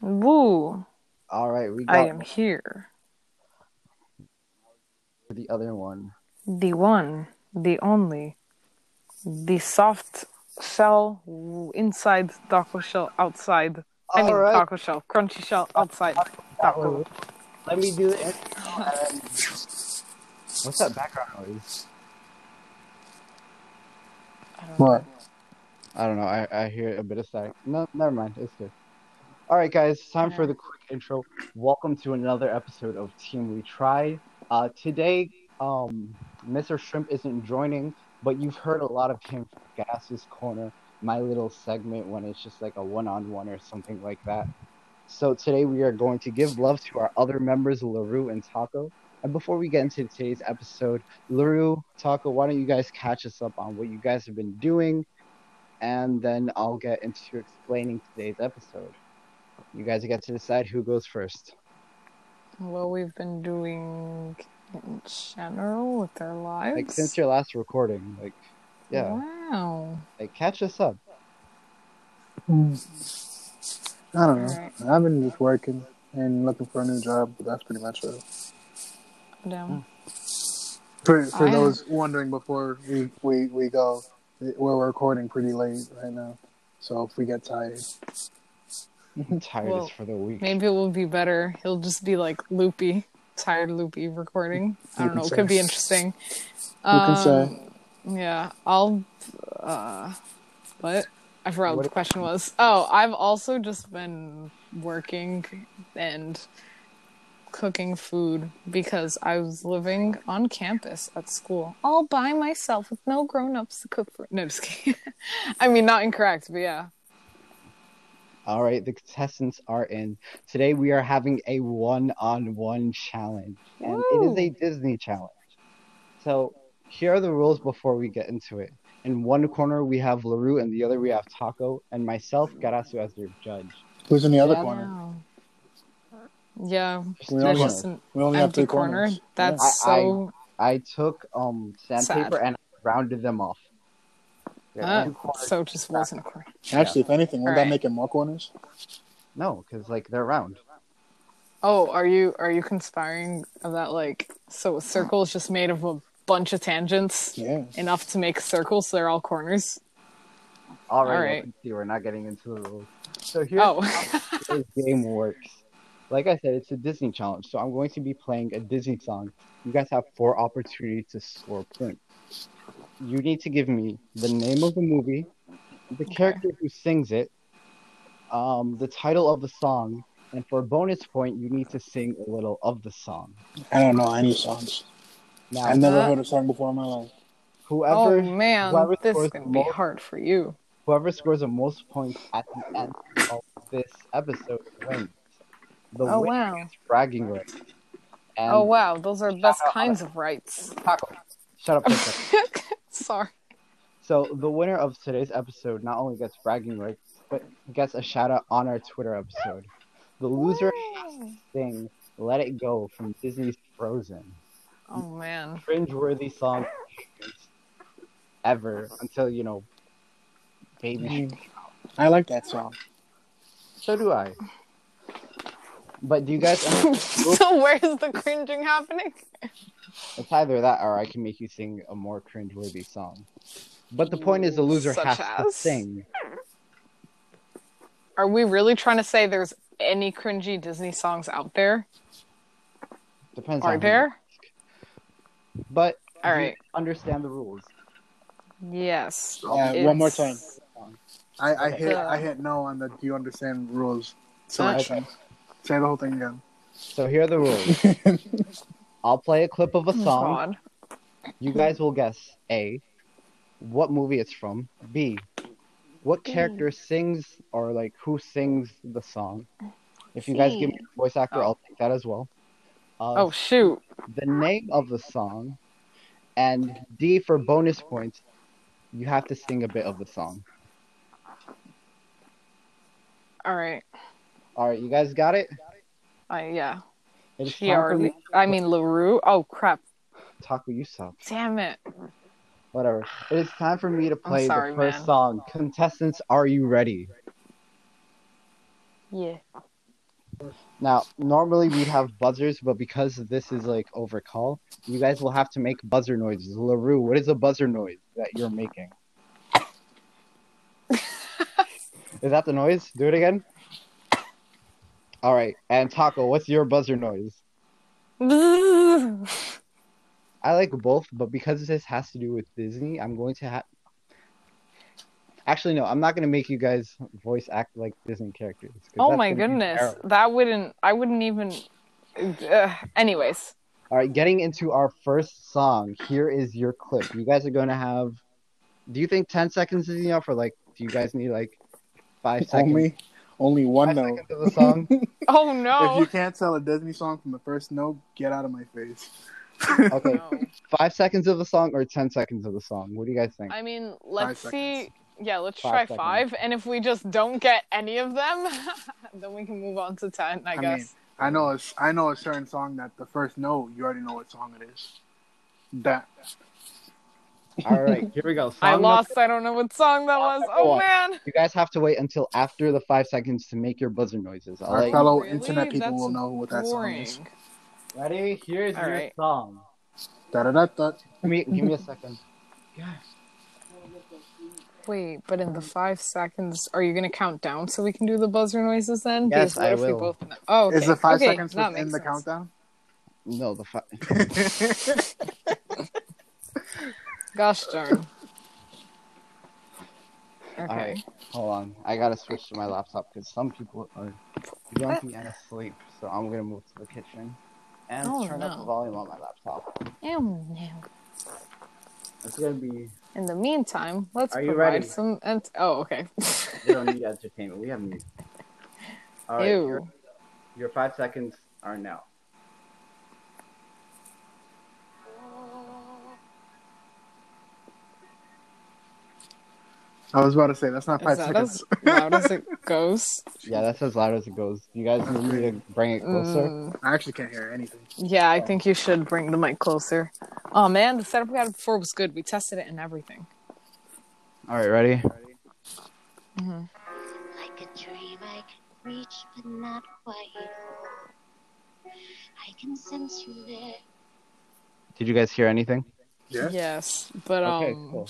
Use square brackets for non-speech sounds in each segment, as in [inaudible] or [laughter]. Woo! All right, we I got am here. the other one. The one, the only, the soft shell w- inside, taco shell outside. I mean, All right. taco shell, crunchy shell outside. Taco. Let me do um, it. and- What's that background noise? I don't What? I don't know. I, I hear a bit of static. No, never mind. It's good. All right, guys. Time for the quick intro. Welcome to another episode of Team We Try. Uh, today, um, Mr. Shrimp isn't joining, but you've heard a lot of him from Gas's Corner, my little segment when it's just like a one-on-one or something like that. So today we are going to give love to our other members, Larue and Taco. And before we get into today's episode, Larue, Taco, why don't you guys catch us up on what you guys have been doing, and then I'll get into explaining today's episode. You guys get to decide who goes first. What we've been doing in general with our lives. Like since your last recording, like yeah, Wow. like catch us up. I don't know. Alright. I've been just working and looking for a new job, but that's pretty much it. Damn. For, for I- those wondering before we, we, we go, we're recording pretty late right now. So if we get tired, I'm tired Well, as for the week. Maybe it will be better. He'll just be like loopy, tired, loopy recording. I You don't know. can It say. could be interesting. you Um, can say, Yeah, I'll. Uh, what? I forgot what, What- the question was. Oh, I've also just been working and cooking food because I was living on campus at school all by myself with no grown ups to cook for. No, just kidding. [laughs] I mean, not incorrect, but yeah. All right, the contestants are in. Today we are having a one-on-one challenge, and it is a Disney challenge. So here are the rules before we get into it. In one corner we have Larue, and the other we have Taco, and myself, Garasu, as your judge. who's in the other Yeah, corner? no. Yeah, There's We two only that's have- just an We only have empty three corner. corners. That's I- I- so. I took um sandpaper Sad. and rounded them off. They're uh, two corners. so just wasn't a corner. Yeah. Actually, if anything, wouldn't Alright. that make it more corners? No, because like they're round. Oh, are you are you conspiring about like so a circle is just made of a bunch of tangents Yeah. enough to make a circle so they're all corners? All right, All well, right. let's see, we're not getting into the rules. So here's Oh. how this game works. Like I said, it's a Disney challenge, so I'm going to be playing a Disney song. You guys have four opportunities to score points. You need to give me the name of the movie, the character who sings it, um, the title of the song, and for a bonus point, you need to sing a little of the song. I don't know any songs. Now, I've never Uh, heard a song before in my life. whoever oh man, whoever this is scores gonna the be most- hard for you. whoever scores the most points at the end of this episode wins. The Oh win wow. is bragging rights. And Oh wow, those are the best Um, out. uh, kinds of rights. [laughs] Taco, shut up. for a second. Sorry. so the winner of today's episode not only gets bragging rights, but gets a shout out on our Twitter episode. The loser thing, "Let It Go" from Disney's Frozen, Oh man. [laughs] cringeworthy song ever until you know, baby. Mm. I like that song. So do I. But do [laughs] you guys? so where's the cringing happening? It's either that or I can make you sing a more cringeworthy song. But the point is, the loser Such has to as? sing. Are we really trying to say there's any cringy Disney songs out there? Depends on Are who. there? But All you right. understand the rules. Yes. Uh, one more It's- time. I, I hit Yeah. I hit no on the do you understand rules Okay. selection. Say the whole thing again. So here are the rules. I'll play a clip of a song. Oh God. You guys will guess A, what movie it's from. B, what character sings or like who sings the song. If you guys give me a voice actor, I'll take that as well. Uh, Oh shoot. the name of the song, and D for bonus points, you have to sing a bit of the song. All right. All right, you guys got it. I yeah. It is She time for already. me. I mean Larue. Oh crap! Taco, you suck. Damn it! Whatever. It is time for me to play sorry, the first man. [laughs] song. Contestants, are you ready? Yeah. Now, normally we'd have buzzers, but because this is like overcall, you guys will have to make buzzer noises. LaRue, what is a buzzer noise that [laughs] you're making? is that the noise? Do it again. All right. And Taco, what's your buzzer noise? Oh, I like both, but because this has to do with Disney, I'm going to have. Actually, no, I'm not going to make you guys voice act like Disney characters. 'cause oh that's my gonna be goodness. terrible. That wouldn't, I wouldn't even. Ugh. anyways, All right, getting into our first song. Here is your clip. You guys are going to have. Do you think 10 seconds is enough, or like, do you guys need like five seconds? Only, only one five note. seconds of the song? [laughs] oh If no. you can't tell a Disney song from the first note, get out of my face. okay, No. five seconds of the song or 10 seconds of the song? What do you guys think? I mean, let's seconds. see. Yeah, let's Five try seconds. five, and if we just don't get any of them, [laughs] then we can move on to ten, I, I guess. mean, I know, a, I know a certain song that the first note you already know what song it is. That [laughs] All right, here we go. Song I number- lost. I don't know what song that was. Go Oh on. man. You guys have to wait until after the five seconds to make your buzzer noises. All our right. fellow Really? internet people That's will know what that Boring. song is. Ready? Here's All your right. song. Da da da da. Give me, give me a [laughs] second. Yeah. Wait, but Um, in the five seconds, are you gonna count down so we can do the buzzer noises then? Yes, Because what I if we will. both know? Oh, okay. Is the five okay, seconds that within makes the sense. countdown? No, the fi- [laughs] Gosh darn. Okay. [laughs] All right. Hold on. I gotta switch to my laptop because some people are grumpy and asleep. So I'm gonna move to the kitchen and Oh, turn up the no. volume on my laptop. Ew, no. It's gonna be. In the meantime, let's Are you provide ready? some. Ent- oh, okay. [laughs] We don't need entertainment. We have music. All Ew. your five seconds are now. I was about to say that's not Is five that seconds. as loud as it [laughs] goes? Yeah, that's as loud as it goes. You guys need me to bring it closer. Oh. Mm, I actually can't hear anything. yeah, I think you should bring the mic closer. Oh man, the setup we had before was good. We tested it and everything. All right, ready? hmm Like a dream, I can reach but not quite. I can sense you there. Did you guys hear anything? Yeah. Yes, but um. Okay, cool.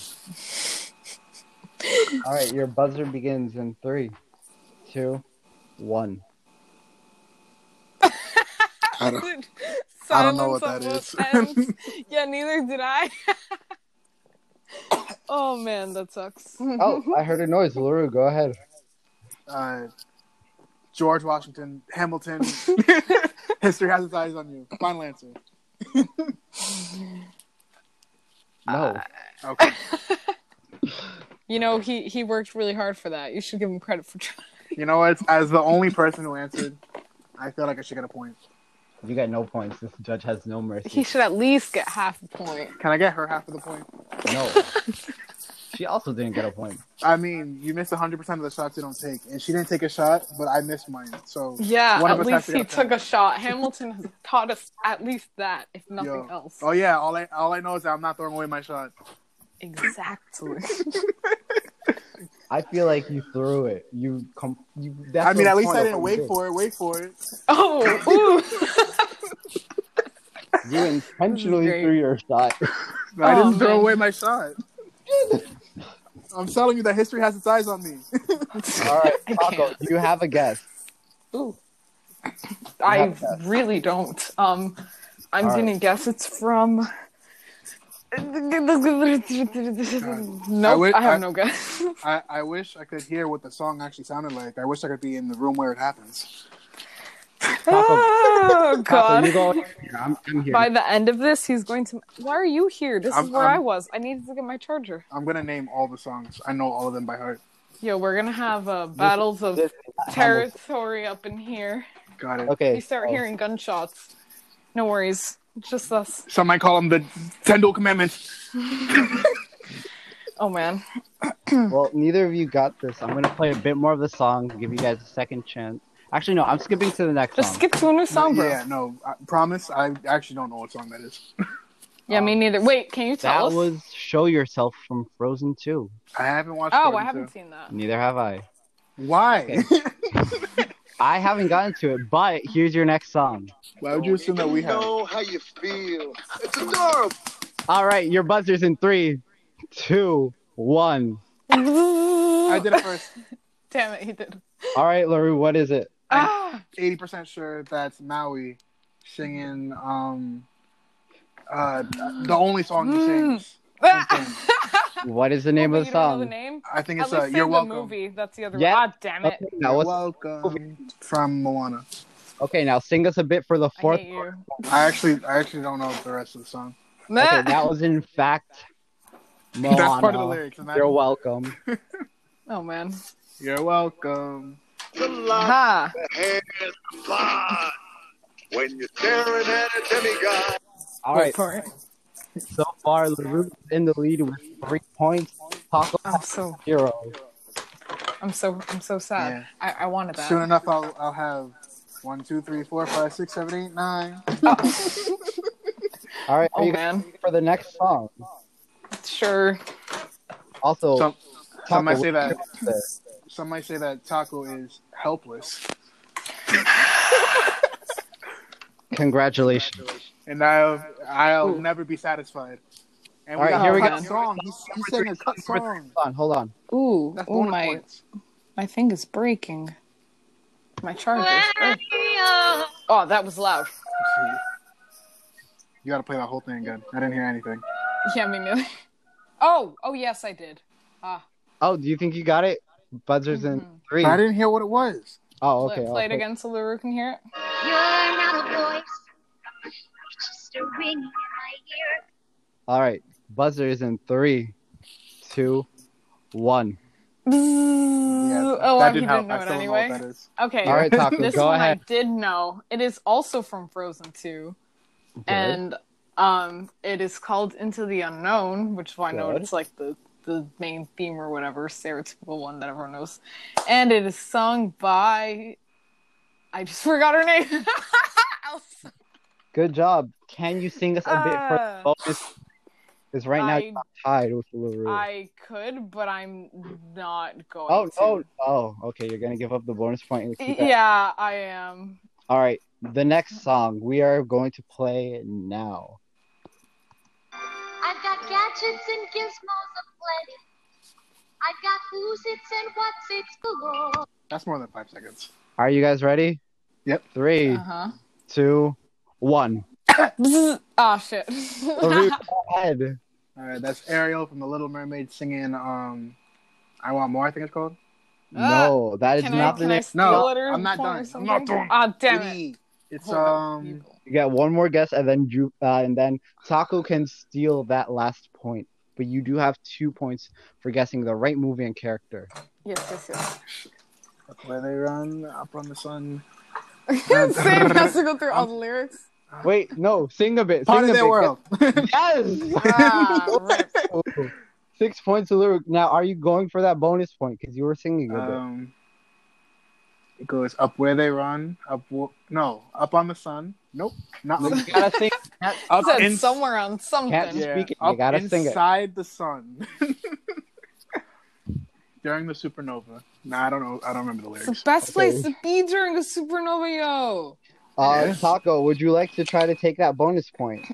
All right, your buzzer begins in three, two, one. I don't- I don't Silence know what on that both is. [laughs] ends. yeah, neither did I. [laughs] oh man, that [laughs] sucks. Oh, I heard a noise. Luru, go ahead. uh, George Washington, [laughs] Hamilton. History has its eyes on you. Final answer. No. Uh, Okay. You know he he worked really hard for that. You should give him credit for trying. You know what? As the only person who answered, I feel like I should get a point. You got no points. This judge has no He mercy. should at least get half a point. Can I get her half of the point? No. [laughs] She also didn't get a point. I mean, you miss 100% of the shots you don't take. And she didn't take a shot, but I missed mine. So, Yeah, One of at us has least to get he a took point. a shot. Hamilton has [laughs] taught us at least that, if nothing Yo. else. oh yeah, all I, all I know is that I'm not throwing away my shot. Exactly. [laughs] I feel like you threw it. You com- you that's I mean, a at least point. I didn't wait for it. Wait for it. oh, ooh. [laughs] You intentionally Great. threw your shot. I Oh, didn't throw man. away my shot. I'm telling you that history has its eyes on me. [laughs] All right, [laughs] I Taco, can't. you have a guess. Ooh. have I that. really don't. Um, I'm All right. gonna guess it's from. I No, would- I have I- no guess. I, I wish I could hear what the song actually sounded like. I wish I could be in the room where it happens. [laughs] oh Taco, you God! go. I'm, I'm here. By the end of this, he's going to. Why are you here? This I'm- is where i I'm- was. I needed to get my charger. I'm gonna name all the songs. I know all of them by heart. Yo, we're gonna have uh, battles of This- territory up in here. Got it. Okay. We start so- hearing gunshots. No worries, it's just us. Some might call them the Ten Dual Commandments. Oh man. Well, neither of you got this. I'm gonna play a bit more of the song, give you guys a second chance. Actually, no, I'm skipping to the next Just song. skip to a new song, bro. Yeah, no, I promise. I actually don't know what song that is. Yeah, me neither. Wait, can you um, that tell us? was "Show Yourself" from Frozen 2. I haven't watched. oh, Frozen I haven't two. seen that. Neither have I. Why? I haven't gotten to it, but here's your next song. [laughs] Why would you assume that we have? know how you feel. It's adorable. All right, your buzzer's in three, two, one. I did it first. [laughs] Damn it, he did. All right, Larue, what is it? Ah, Eighty percent sure that's Maui singing um uh the only song Mm. he sings. What is the [laughs] name Well, of you the don't know the song? name? I think At it's uh, least say Ah. You're the Welcome. movie. That's the other Yeah. one. Ah, damn it. Okay, now You're what's, welcome from Moana. okay, now sing us a bit for the I fourth. hate [laughs] you. I actually I actually don't know the rest of the song. Okay, that was in fact Moana. That's part of the lyrics. And that, You're welcome. oh, man. You're welcome. The light Ha. has blind. When you're staring at a demigod. All Wait right, for it. so far Larue is in the lead with three points. Taco I'm so, zero. I'm so, I'm so sad. Yeah. I, I wanted that. Soon enough, I'll I'll have one, two, three, four, five, six, seven, eight, nine. All right, are Oh, you man. guys for the next song? Sure. Oh. Also, Some some might Taco, say that what's it? some might say that Taco is helpless, Congratulations. and I'll I'll Ooh. never be satisfied. And All right, got here a we cut go. Song. He's, he's sang a cut song. Hold on, hold on. Ooh, That's ooh bonus Oh my, points. my thing is breaking. My charger. Oh, that was loud. Let's see. You got to play that whole thing again. I didn't hear anything. Yeah, me neither. [laughs] Oh, oh yes, I did. Ah, Oh, do you think you got it? Buzzer's in Mhm. three. I didn't hear what it was. Oh, play, okay. play it okay. again so Luru can hear it. You're not a voice. It's just a ringing in my ear. All right. Buzzer is in three, two, one. oh, well, that he didn't didn't help. know I it still anyway. don't know what that is. Okay, All right, Taco, [laughs] this go one ahead. I did know. It is also from Frozen 2, and um, it is called Into the Unknown, which I know Good. it's like the the main theme or whatever stereotypical one that everyone knows, and it is sung by. I just [laughs] forgot her name. Elsa. Good job. Can you sing us a bit for the Uh, bonus? Because right now I- you're not tied with LaRue. I could, but I'm not going. Oh, to. oh, oh, okay. You're going to give up the bonus point. and keep that. Yeah, I am. All right. The next song we are going to play now. I've got gadgets and gizmos aplenty. I've got who's it's and what's it's galore. That's more than five seconds. Are you guys ready? Yep. Three, Uh two, one. huh. Ah, shit. [laughs] LaRue, go ahead. All right, that's Ariel from The Little Mermaid singing um, "I Want More." I think it's called. No, [laughs] that is Ah, Can I, not the can I next. steal No, it or I'm not point or done. I'm not something? done. Ah, damn it. Goody. It's Hold on, um. you- You got one more guess, and then you, uh, and then Taco can steal that last point. But you do have two points for guessing the right movie and character. Yes, yes, yes. Where they run up on the sun. Sam has to go through all the lyrics. Wait, no, sing a bit. Part sing of a their bit. world. [laughs] Yes. [laughs] Ah, rip. Six points to lyric. Now, are you going for that bonus point because you were singing a bit? Um, it goes up where they run. Up wo- no, up on the sun. Nope, not No, [laughs] like you gotta sing. Can't, [laughs] up Said in- somewhere on something. can't Yeah, speak it. You up gotta sing it. inside the sun. [laughs] During the supernova. Nah, I don't know. I don't remember the It's the lyrics. best place to be during a supernova, yo. Uh, Taco, would you like to try to take that bonus point?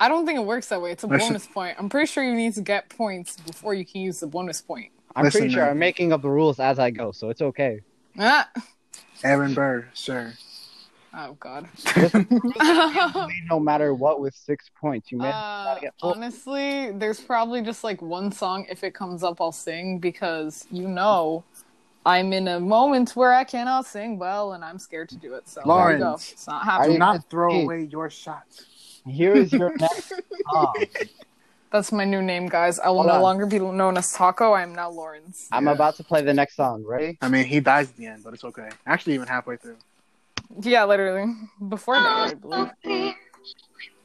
I don't think it works that way. It's a Listen. bonus point. I'm pretty sure you need to get points before you can use the bonus point. I'm Listen, pretty sure man. I'm making up the rules as I go, so it's okay. Ah. Aaron Burr, sir. Oh God. [laughs] [laughs] No matter what, with six points, you may Uh, get full. honestly, there's probably just like one song. If it comes up, I'll sing because you know I'm in a moment where I cannot sing well, and I'm scared to do it. So there you go. Lawrence. It's not Are Do happening. you- not throw Hey. away your shots. Here is your next song. That's my new name, guys. I will Hold no on. longer be known as Taco. I am now Lawrence. [laughs] I'm Yeah. about to play the next song. Ready? I mean, he dies at the end, but it's okay. Actually, even halfway through. Yeah, literally [laughs] before that, I believe. Oh, dear.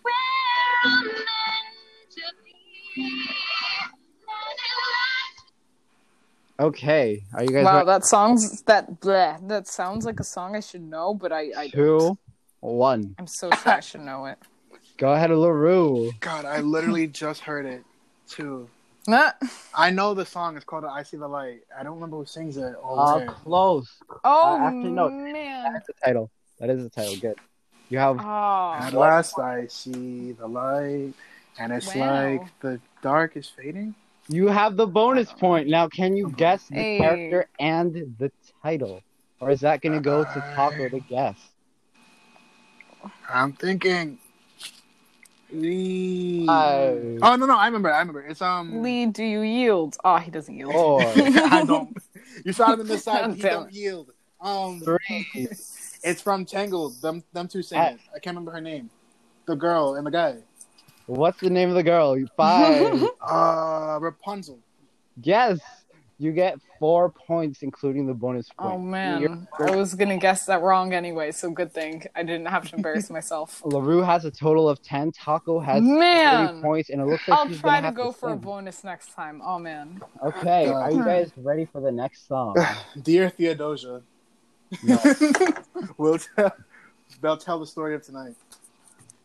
Where I'm meant to be. Not at last. Okay. Are you guys Wow, ready? that song's that bleh, that sounds like a song I should know, but I, I don't. Two, one. I'm so sure I should know it. [laughs] Go ahead, Larue. God, I literally just heard it too. Ah. I know the song is called "I See the Light." I don't remember who sings it. All the Uh, time. close. Oh I actually know. man. That's the title. That is the title. Good. You have At Oh. last I see the light, and it's Wow. like the dark is fading. you have the bonus point. Now, can you guess the Uh, Hey. character and the title, or is that going to go to Taco Uh, to guess? I'm thinking. Lee. Five. Oh no no! I remember. I remember. It's um. Lee, do you yield? Oh, he doesn't yield. [laughs] Four, [laughs] I don't. You saw him in this Oh, side. He damn don't yield. Um, three. it's from Tangled. Them them two sing it. I can't remember her name. The girl and the guy. What's the name of the girl? [laughs] Five. Uh, Rapunzel. yes. You get four points, including the bonus point. [laughs] Oh You're- man, I was gonna guess that wrong anyway, so good thing I didn't have to [laughs] embarrass myself. Larue has a total of ten. Taco has three Man. points, and it looks like I'll she's try gonna to have go for a sing. bonus next time. Oh man. Okay, are you Hmm. guys ready for the next [sighs] song? Dear Theodosia. No. [laughs] we'll tell. They'll tell the story of tonight.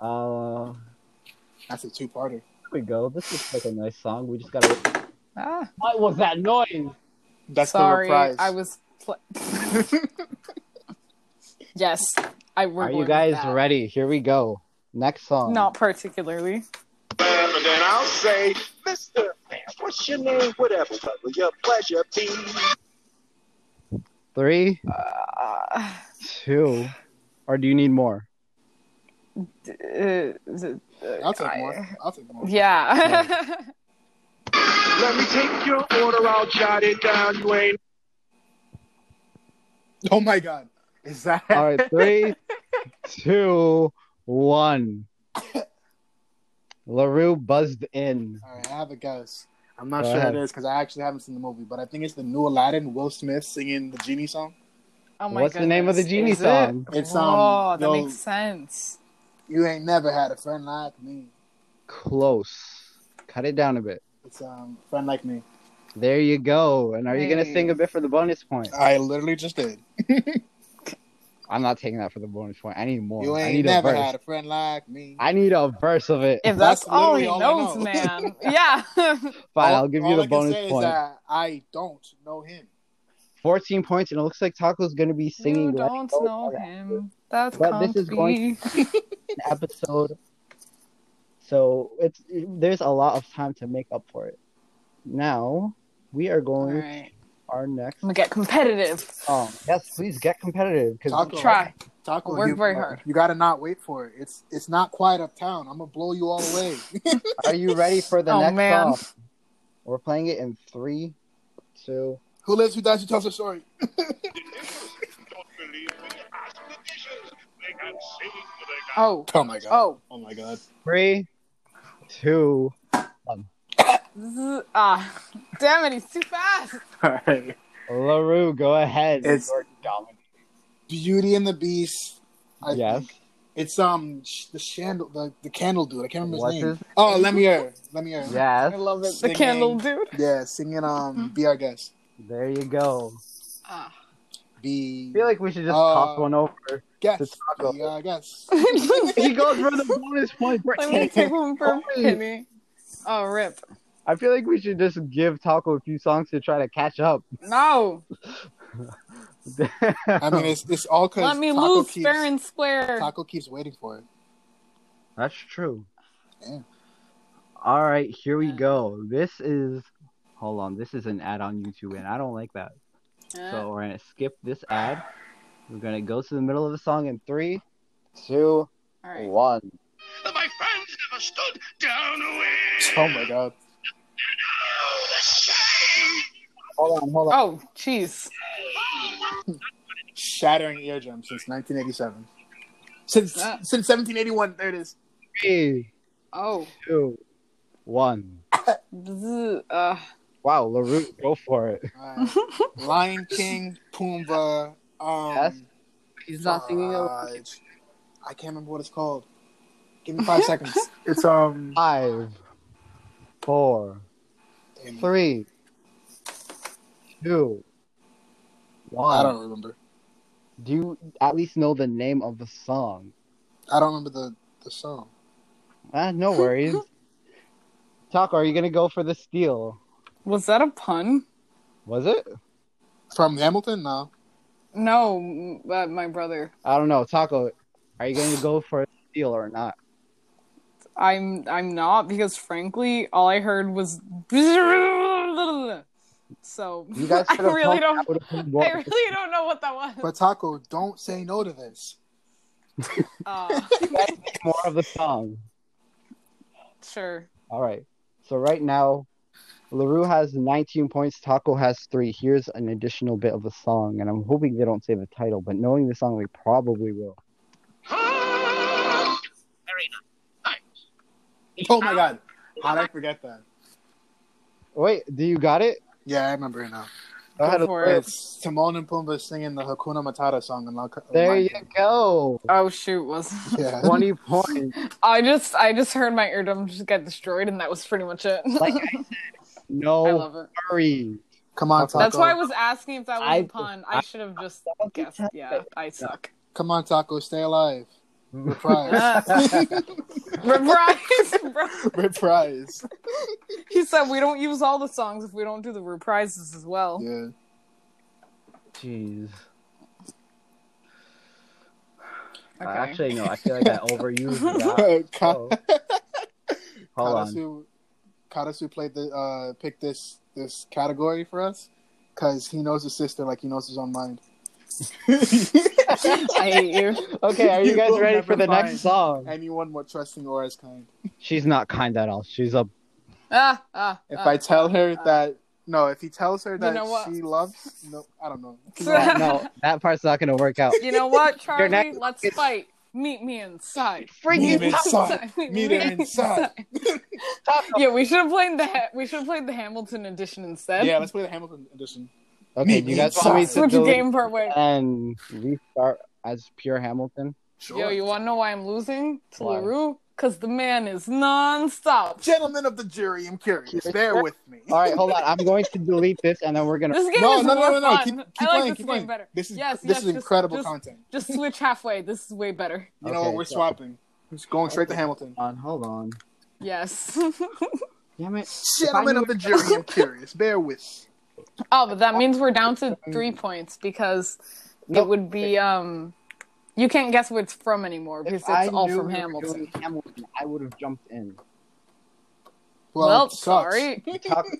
Uh, here That's a two-parter. we go. This is like a nice song. We just gotta. Ah, What was that noise? That's sorry, the reprise. I was. Pl- [laughs] yes, I. We're Are going you with guys that. ready? Here we go. Next song. Not particularly. And then I'll say, Mr. Man, what's your name? Whatever, whatever your pleasure be. Three, Uh, two, or do you need more? [laughs] d- uh, d- uh, I'll take I- more. I'll take more. Yeah. Let me take your order, I'll jot it down. You ain't Oh my god. Is that All right, three, two, one. Larue buzzed in. [laughs] All right, I have a guess. I'm not Go sure ahead. it is because I actually haven't seen the movie, but I think it's the new Aladdin, Will Smith singing the genie song. [laughs] oh my What's the name of the goodness. genie Is it? song? It's um, Oh, that yo, makes sense. you ain't never had a friend like me. Close. Cut it down a bit. It's um, friend like me. There you go. And are you gonna Hey. sing a bit for the bonus point? I literally just did. I'm not taking that for the bonus point. I need more. You I ain't need a never verse. had a friend like me. I need a verse of it. If That's that's, all literally he all I knows, know. [laughs] man. yeah. [laughs] [laughs] Fine, All- I'll give all you the I can bonus say is point. that I don't know him. 14 points, and it looks like Taco's going to be singing you Let It don't Go know on an him. That But can't this is be. going- episode. So it's there's a lot of time to make up for it. Now we are all going to right. our next I'm gonna get competitive. song. Yes, please get competitive because Taco. Try. Taco, Work you- very hard. You gotta not wait for it. It's it's not quiet uptown. I'm gonna blow you all away. [laughs] are you ready for the Oh, next man. song? We're playing it in three, two. who lives, who dies, who tells the story? Don't believe me. Ask the dishes. They got singing, they got Oh. Oh my god. Oh. Oh my god. Three, two. Z- ah. Damn it, he's too fast. All right. Larue, go ahead. It's- You're dominating. Beauty and the Beast. I Yes. think. It's um sh- the chandel the, the candle dude. I can't remember What's his name. his- Oh, Lemire. Lemire. I Yes. love it. Mm-hmm. Singing. The candle dude. Yeah, singing um Be Our Guest. There you go. Ah. [laughs] Be I feel like we should just Uh, toss one over. guest. Taco. Be Our Guest. [laughs] He goes for the bonus point. [laughs] Let me take one for a penny. Oh, rip. [laughs] I feel like we should just give Taco a few songs to try to catch [laughs] up. No. I mean it's it's all [laughs] cause Let me Taco lose keeps, fair and square. Taco keeps waiting for it. [laughs] That's true. Yeah. All right, here we go. This is. Hold on, this is an ad on YouTube, and I don't like that. So we're gonna skip this ad. We're gonna go to the middle of the song in three, two, all right. one. that my friends never stood down away. Oh my god. Hold on, hold on. Oh, jeez. Shattering eardrum since nineteen eighty seven. Since Ah. since seventeen eighty one, there it [laughs] is. Three, Oh. two, one. Z- uh, Wow, Larue, go for it. Alright. Lion King, Pumbaa, um Yes. He's not singing Uh, it. it's- I can't remember what it's called. Give [laughs] me five seconds. It's um. Five, four, damn, three, two, I one. don't remember. Do you at least know the name of the song? I don't remember the the song. [laughs] Ah, no worries. Taco, are you gonna go for the steal? Was that a pun? Was it? From Hamilton? No. No, m- uh, my brother. I don't know. Taco, are you gonna go for a steal or not? I'm I'm not because frankly, all I heard was [laughs] so You guys [laughs] I should have really don't told me that would've been more- I really don't know what that was. [laughs] But Taco, don't say no to this. Uh, more of the song. sure. All right. So right now, Larue has 19 points. Taco has three. Here's an additional bit of the song, and I'm hoping they don't say the title, but knowing the song, they probably will. Oh my god. How did I forget that? Wait, do you got it? Yeah, I remember it now. Go ahead. for Larue. it. It's Timon and Pumbaa singing the Hakuna Matata song. And I'll, There you [laughs] go. Oh shoot, was Yeah. 20 points. I just I just heard my eardrum just get destroyed and that was pretty much it. [laughs] Like I said, no I love it. hurry. Come on, Taco. That's why I was asking if that was I- a pun. I should have just guessed. Yeah, I suck. Come on, Taco. Stay alive. Reprise. [laughs] Uh, [laughs] reprise, [laughs] bro. Reprise. He said we don't use all the songs if we don't do the reprises as well. Yeah. Jeez. Okay. Actually, no. I feel like I [laughs] overused that. [laughs] Oh. Ka- Hold on. Karasu, Karasu played the uh, picked this this category for us because he knows his sister like he knows his own [laughs] mind. I hate you. [laughs] Okay, are you You guys will ready for never the find- next song? Anyone more trusting or as kind. She's not kind at all. She's [laughs] a Ah, ah, If ah. I tell her that no, if he tells her that know what? she loves no, I don't know. [laughs] no, no, that part's not gonna work out. You know what, Charlie? next- Let's fight. Meet me inside. Meet him [laughs] Freaking inside. Meet him inside. Taco. Yeah, we should have played the ha- we should have played the Hamilton edition instead. Yeah, let's play the Hamilton edition. Okay, Meet do you me guys want me inside. to Switch the delete game part way. and restart as pure Hamilton? Yo, you want to know why I'm losing to Why? Larue? Because the man is non-stop. Gentlemen of the jury, I'm curious. [laughs] Bear with me. All right, hold on. I'm going to delete this, and then we're gonna. This game No, is no, more no, no, no. fun. Keep, I like keep playing. this Keep game playing. better. This is Yes, this yes, is just- incredible just- content. [laughs] Just switch halfway. This is way better. You know what? Okay, We're so- swapping. We're just going straight to Hamilton. Hold on, hold on. Yes. [laughs] Damn it. Gentlemen of the jury, I'm curious. Bear with. oh, but that means we're down to three points because it Nope. would be um, you can't guess what it's from anymore because I it's all knew from we were Hamilton. doing Hamilton, I would have jumped in. Well, it sucks. sorry. Taco,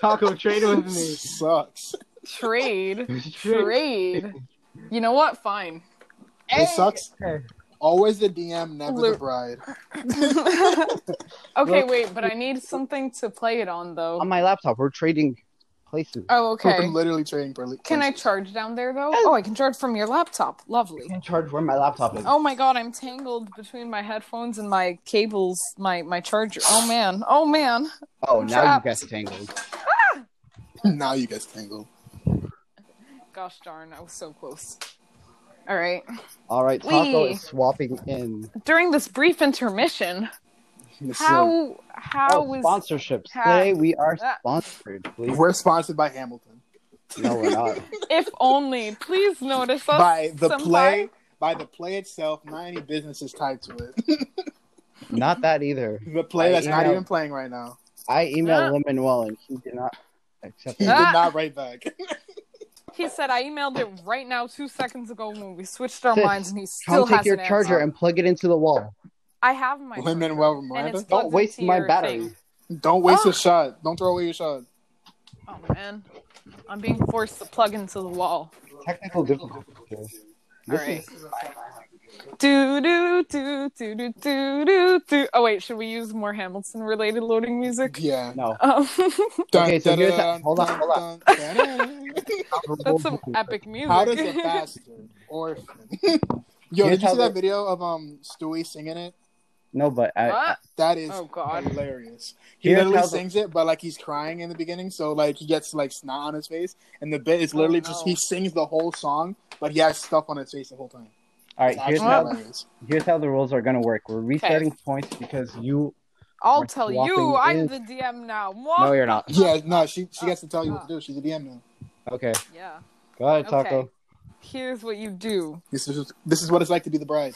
Taco trade with me. Sucks. [laughs] Trade. [laughs] Trade. Trade. You know what? Fine. Eh. It sucks. Always the DM, never Lou- the bride. [laughs] [laughs] Okay, Look. wait, but I need something to play it on though. On my laptop, we're trading places. oh, We're okay. literally trading for. Can I charge down there though? Oh, I can charge from your laptop. Lovely. can charge where my laptop is. Oh my god, I'm tangled between my headphones and my cables, my my charger. Oh man. Oh man. Oh, now you Trapped. guys tangled. now you guys tangle. Gosh darn, I was so close. All right. All right, Taco Wee. is swapping in. During this brief intermission, Yes, sir. how how uh, oh, was sponsorships. Ah. Today we are Ah. sponsored. Please, We're sponsored by Hamilton. no, [laughs] we're not. if only please notice us by the senpai. play. By the play itself, not any businesses tied to it. [laughs] Not that either. the play I that's not emailed- even playing right now. [laughs] I emailed Ah. Lemon Lemonwell and he did not accept He it. Ah. did not write back. He said I emailed it right now 2 seconds ago when we switched our Sis, minds and he still Come hasn't take your charger answered. and plug it into the wall. I have my Lin charger. Manuel and it's Miranda. Don't plugged waste into my your battery. thing. Don't waste Ah. a shot. Don't throw away your shot. Oh man, I'm being forced to plug into the wall. Technical difficulties. All right. Do do do do do do do do. Oh wait, should we use more Hamilton-related loading music? [laughs] Yeah. No. Um, Okay, so here's how- hold on, hold on. [laughs] that's some epic music. Oh, How does [laughs] a bastard orphan? [laughs] Yo, Here's did you how see that the- video of um Stewie singing it? No, but I, What? That is Oh, God. hilarious. He Here's literally how the- sings it, but like he's crying in the beginning, so like he gets like snot on his face, and the bit is literally Oh, just no. he sings the whole song, but he has stuff on his face the whole time. all right. It's Here's actually how, hilarious. here's how the rules are gonna work. We're resetting points because you. I'll We're tell you, swapping I'm in. the DM now. No, you're not. Yeah, no, she she gets to tell you what to do. She's a DM now. Okay. Yeah. Go ahead, Okay. Taco. Here's what you do. This is this is what it's like to be the bride.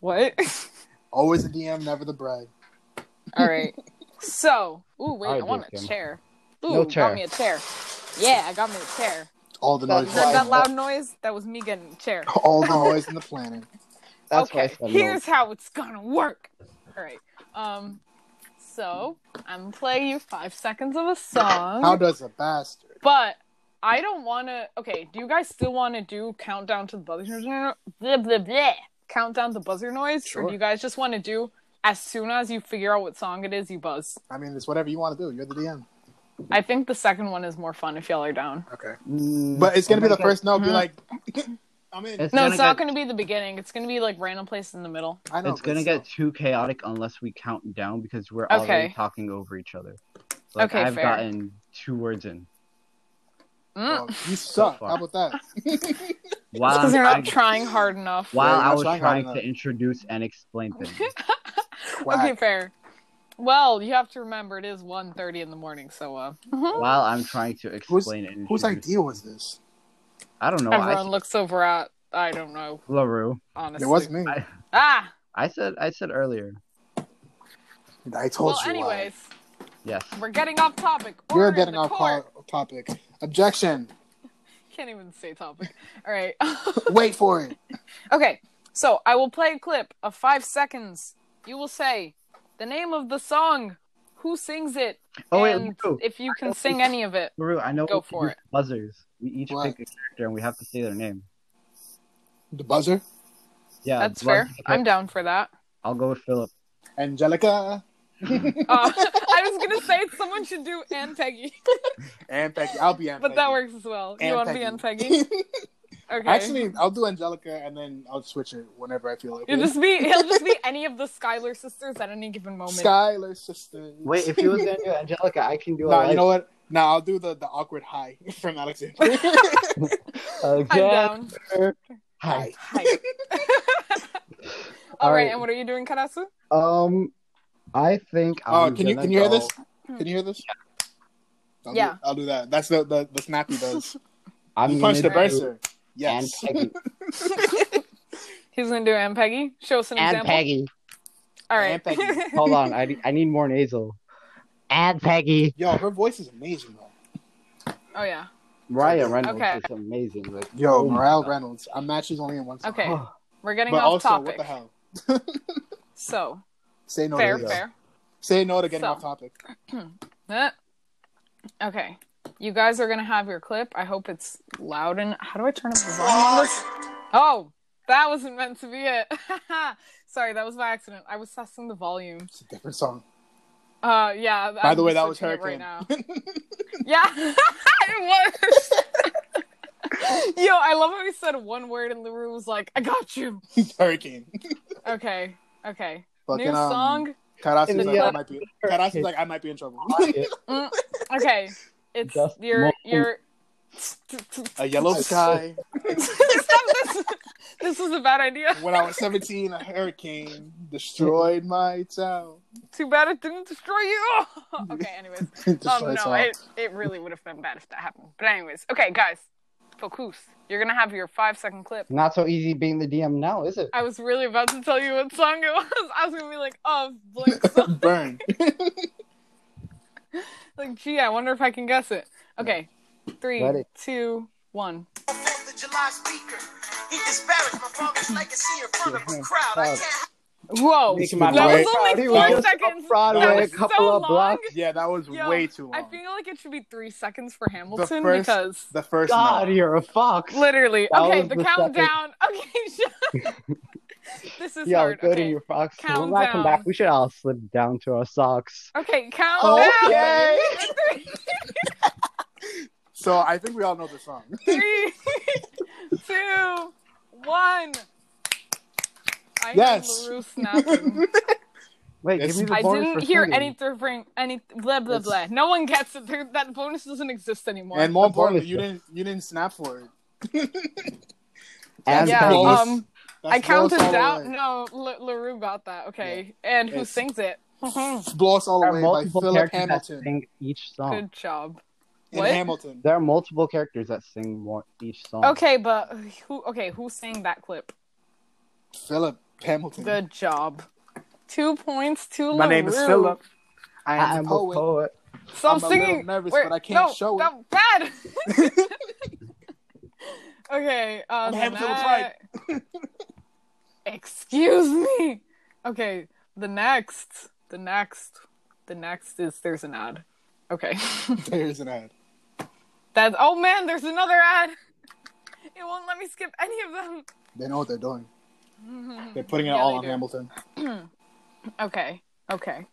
What? [laughs] Always the DM, never the bride. All right. So, ooh, wait, I I would want do it, a Kim. chair. Ooh, No got chair. me a chair. Yeah, I got me a chair. All the That- noise. Was Why? that that loud noise? That was me getting a chair. All the noise in the planet. That's why I okay, said no. here's how it's gonna work. All right. Um, so I'm gonna play you five seconds of a song, How does a bastard? but I don't want to. Okay, do you guys still want to do countdown to the buzzer? Blah, blah, blah. Countdown to buzzer noise, or Sure. do you guys just want to do as soon as you figure out what song it is, you buzz? I mean, it's whatever you want to do. You're the DM. I think the second one is more fun if y'all are down. Okay. Mm, But it's gonna be I'm the gonna first note. Be Mhm. like, [laughs] I'm in. It's No, gonna it's not get- going to be the beginning. It's going to be like random place in the middle. I know. It's gonna but get too chaotic unless we count down because we're Okay. already talking over each other. Like Okay, I've fair. gotten two words in. Mm. still- [laughs] Oh, you suck. far. How [laughs] about that? While, because you're I, not trying hard enough. while Yeah, you're I not was trying hard trying to enough. introduce and [laughs] explain things. Okay, Quack. fair. Well, you have to remember it is 1.30 in the morning, so uh, while I'm trying to explain and Whose introduce- idea was this? I don't know. I everyone said looks over at I don't know, LaRue. honestly. It was me. I, Ah, I said I said earlier. I told well, you. uh, why. anyways, Yes. we're getting off topic. We're Order getting the off court. po- topic. Objection. Can't even say topic. All right. [laughs] Wait for it. okay, so I will play a clip of five seconds. You will say the name of the song, who sings it, Oh wait, and LaRue. if you can sing any of it. LaRue, I know Go we can for use it. buzzers. We each What? pick a character and we have to say their name. The buzzer. Yeah. That's buzz- fair. I'm down for [laughs] that. I'll go with Philip. Angelica. Uh, [laughs] I was gonna say someone should do and Peggy, And Peggy. I'll be Aunt but Peggy. that works as well. you And want to be Peggy. and [laughs] Peggy? Okay. Actually, I'll do Angelica and then I'll switch it whenever I feel like It'll it. just be it'll just be any of the Skylar sisters at any given moment. Skylar sisters. Wait, [laughs] if you was gonna do Angelica, I can do No, you know what? No, I'll do the, the awkward hi [laughs] from [laughs] Alexander. I'm down. hi. Hi. All All right. right. and what are you doing, Karasu? [laughs] Um, I think. Oh, I'm can you Oh. gonna can you hear go- this? Can you hear this? I'll Yeah. Do, I'll do that. That's the the, the snap he [laughs] does. I'm You punch gonna do the bursar. And Yes. [laughs] Peggy. He's gonna do and Peggy. Show us an and example. Peggy. All right. And Peggy. Hold on, I, I need more nasal. And Peggy. Yo, her voice is amazing though. [laughs] oh yeah. Ryan Reynolds Okay. is amazing. Like, Yo, Oh my Morale Reynolds. I'm mad she's only in one song. Okay. We're getting But off also, topic. what the hell? Oh, So Say no fair, to this. fair. Say no to getting So. [laughs] off topic. Eh. Uh, Okay. You guys are gonna have your clip. I hope it's loud and how do I turn up the volume on [laughs] this? Oh, that wasn't meant to be it. [laughs] Sorry, that was by accident. I was testing the volume. It's a different song. [laughs] Uh, yeah. By the way, that was switching it Hurricane. Right now. [laughs] yeah, [laughs] it was. Yo, I love how he said one word and Larue was like, "I got you." Hurricane. Okay, okay. Fucking New um, song. Karasu's In like, the- I might be. Karasu's like, I might be in trouble. Okay, it's Just your more- your. [laughs] [laughs] a yellow sky. Stop this! This was a bad idea. when I was 17, a hurricane [laughs] destroyed my town. Too bad it didn't destroy you. [laughs] okay, anyways. Um, Destroyed no, town. it, it really would have been bad if that happened. But anyways, okay, guys, focus. You're gonna have your five second clip. Not so easy being the DM now, is it? I was really about to tell you what song it [laughs] was. I was gonna be like, oh, Blink [laughs] song. Burn. like, gee, I wonder if I can guess it. Okay, three, Let it- two, one. Fourth of July speaker. He disparaged my father's legacy in front of a crowd. Uh, I can't Whoa, that Making was my way- only He was five just up seconds. Broadway, That was a couple so of long. blocks. Yeah, that was Yo, way too long. I feel like it should be three seconds for Hamilton first- because the first God, note. you're a fox. literally. That okay, was the, the second- countdown. [laughs] Okay, shut this is Yo, hard. go okay. to your fox. Count when I come back, down. we should all slip down to our socks. okay, count Okay. down. Three, So I think we all know the song. [laughs] three, [laughs] two, one. I Yes. heard LaRue snapping. Wait, It's- give me the I bonus didn't for hear singing. anything. Any blah blah blah. No one gets it. There, that bonus doesn't exist anymore. and more The bonus importantly, you is- didn't you didn't snap for it. And yeah, Peggy. bonus. um, That's I counted blow us all down. away. No, La- Larue got that. Okay, and who It's- Oh. sings it? [laughs] Blow us all There are away by multiple characters Philip that Hamilton sing each song. Good job. in What? Hamilton. There are multiple characters that sing more each song. Okay, but who? Okay, who sang that clip? Philip Hamilton. Good job. Two points to My name is LaRue. Philip. I am, I am a poet. [laughs] poet. So I'm, I'm a little singing. nervous, Wait, but I can't no, show it. that- Bad. [laughs] okay. Um, I'm having some tonight- [laughs] Excuse me. Okay. The next. The next. The next is there's an ad. Okay. [laughs] There's an ad. That's. Oh man, there's another ad. It won't let me skip any of them. They know what they're doing. [laughs] They're putting it Yeah, all they on do. Hamilton. Okay. Okay.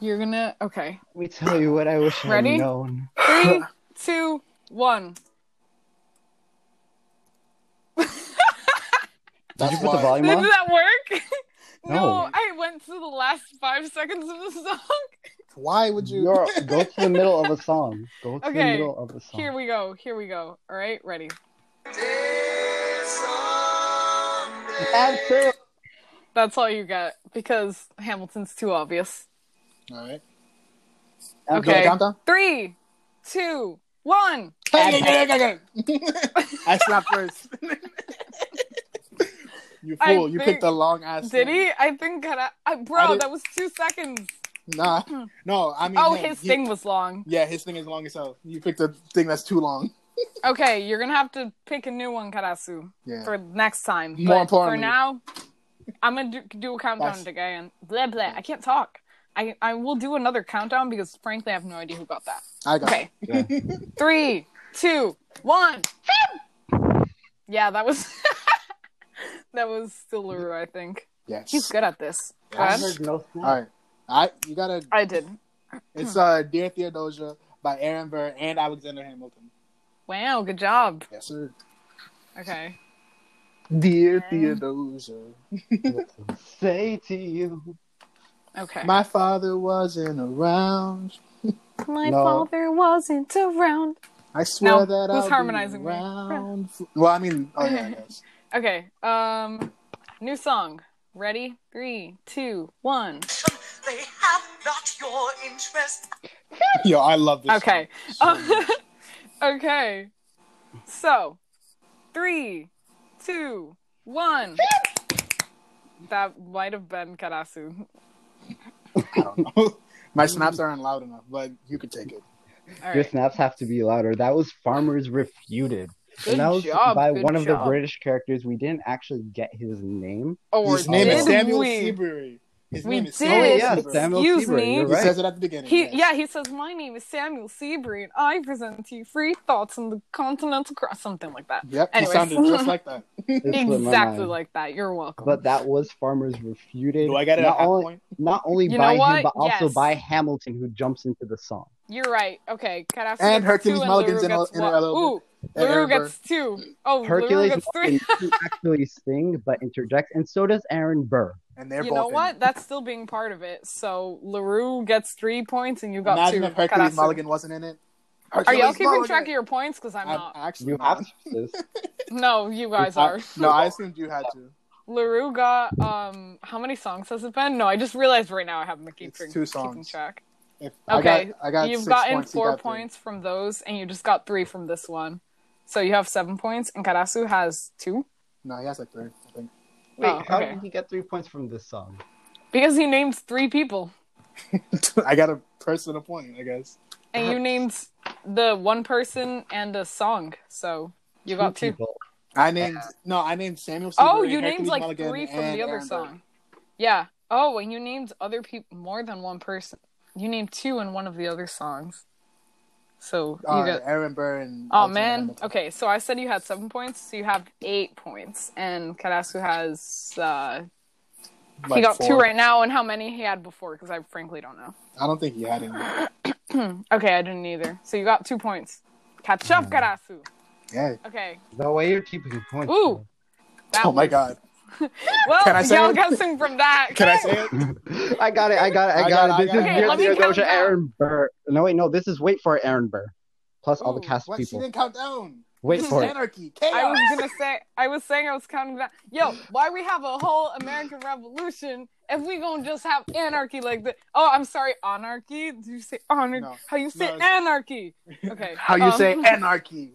You're gonna. [laughs] Okay. Let me tell you what I wish I had Ready? known. Three, two, one. Did you That's put the why. volume Did on? that work? [laughs] no, No. I went to the last five seconds of the song. Oh. Why would you? You're, go to the middle of a song. Go to the Okay, middle of a song. Here we go. Here we go. All right, ready. Absolutely. That's all you get because Hamilton's too obvious. all right. Okay. Okay. Countdown. Three, two, one. Oh, I slapped first. [laughs] you I fool! You think- picked a long ass. Did he? I think that I, I I bro, did- that was two seconds. Nah. No, I mean. Oh, him. his He- thing was long. Yeah, his thing is long as hell. You picked a thing that's too long. Okay, you're gonna have to pick a new one, Karasu, Yeah. for next time. More But for importantly- now, I'm gonna do, do a countdown That's- again. Blah blah. I can't talk. I I will do another countdown because frankly, I have no idea who got that. I got Okay. [laughs] Three, two, one. yeah, that was [laughs] that was Siluru, I think. it. Yes. He's good at this. Go I ahead. heard No All right. I you gotta. I did. It's uh, Dear Theodosia by Aaron Burr and Alexander Hamilton. Wow, good job. Yes, sir. Okay. Dear Theodosia, Say to you. Okay. my father wasn't around. My No. father wasn't around. I swear Now, that who's I'll harmonizing be with me? around. f- Well, I mean, oh [laughs] yeah, I guess. Okay. Um new song. Ready? Three, two, one. They have not your interest. Yo, I love this. Okay. [laughs] song. okay. So three, two, one. that might have been Karasu. I don't know. My snaps aren't loud enough, but you could take it. All Your right. snaps have to be louder. That was Farmers Refuted. Good and that was job. by good one of the job. British characters. We didn't actually get his name. [laughs] Or His name is did Samuel we? Seabury. His We name is did. Oh, Samuel yeah, Seabury. Samuel Excuse Seabury. me. You're He right. says it at the beginning. He yes. yeah, he says, My name is Samuel Seabury and I present to you free thoughts on the continental cross something like that. Yep, Anyways. he sounded just [laughs] like that. It slipped my exactly mind. like that. You're welcome. But that was Farmers Refuted. Do I get it Not at half only- point? Not only You know by him, what? but also Yes. by Hamilton, who jumps into the song. You're right. Okay, Karasu And gets Hercules two and Mulligan's Luru in a- gets in a one. little Ooh, And Aaron Luru Burr. gets two. Oh, Luru Hercules gets three. [laughs] Mulligan didn't actually sing, but interjects, and so does Aaron Burr. And they're you both. know in what? it. That's still being part of it. So Larue gets three points, and you got Imagine two. if Hercules Karasu. Mulligan wasn't in it. Are y'all Hercules keeping Mulligan! track of your points? Because I'm I- not. I actually You not. have [laughs] to. sis. No, you guys I- [laughs] are. no, I assumed you had to. Larue got um. How many songs has it been? No, I just realized right now I haven't been keep- It's two keeping songs. track. If Okay, I got, I got you've six gotten points, he four got three. points from those, and you just got three from this one. So you have seven points, and Karasu has two. No, he has like three. I think. Wait, Oh, how okay. did he get three points from this song? Because he named three people, [laughs] I got a personal point, I guess. and you named the one person and a song, so you got two. people. I named no, I named Samuel. Oh, Seabury, you named Hercules like Mulligan, three from and the other Aaron Burr. song. Yeah. Oh, and you named other people more than one person. You named two in one of the other songs. So you Uh, got. Aaron Burr and. Oh Alexander man. Hamilton. Okay, so I said you had seven points, so you have eight points, and Karasu has. uh Like He got two four. right now, and how many he had before? Because I frankly don't know. I don't think he had any. Okay, I didn't either. So you got two points. Catch Hmm. up, Karasu. Yeah. Okay. The way you're keeping points. Ooh. That [laughs] Oh my was- god. Well, Can I say y'all it? guessing from that. Can I say [laughs] it? [laughs] I got it. I got it. I, I got, got it. it, This is I got it. Okay, Dear let me count Theodosia down. Aaron Burr. No, wait, no. This is Wait for it, Aaron Burr. Plus all the Ooh, cast what? She people. didn't count down. Wait This for it. is anarchy. I Chaos. was gonna say. I was saying I was counting down. Yo, why we have a whole American Revolution if we gonna just have anarchy like that? Oh, I'm sorry, anarchy. Did you say honor? No. How you say No, it's- [laughs] anarchy? Okay. [laughs] How you um, [laughs] say [laughs] anarchy?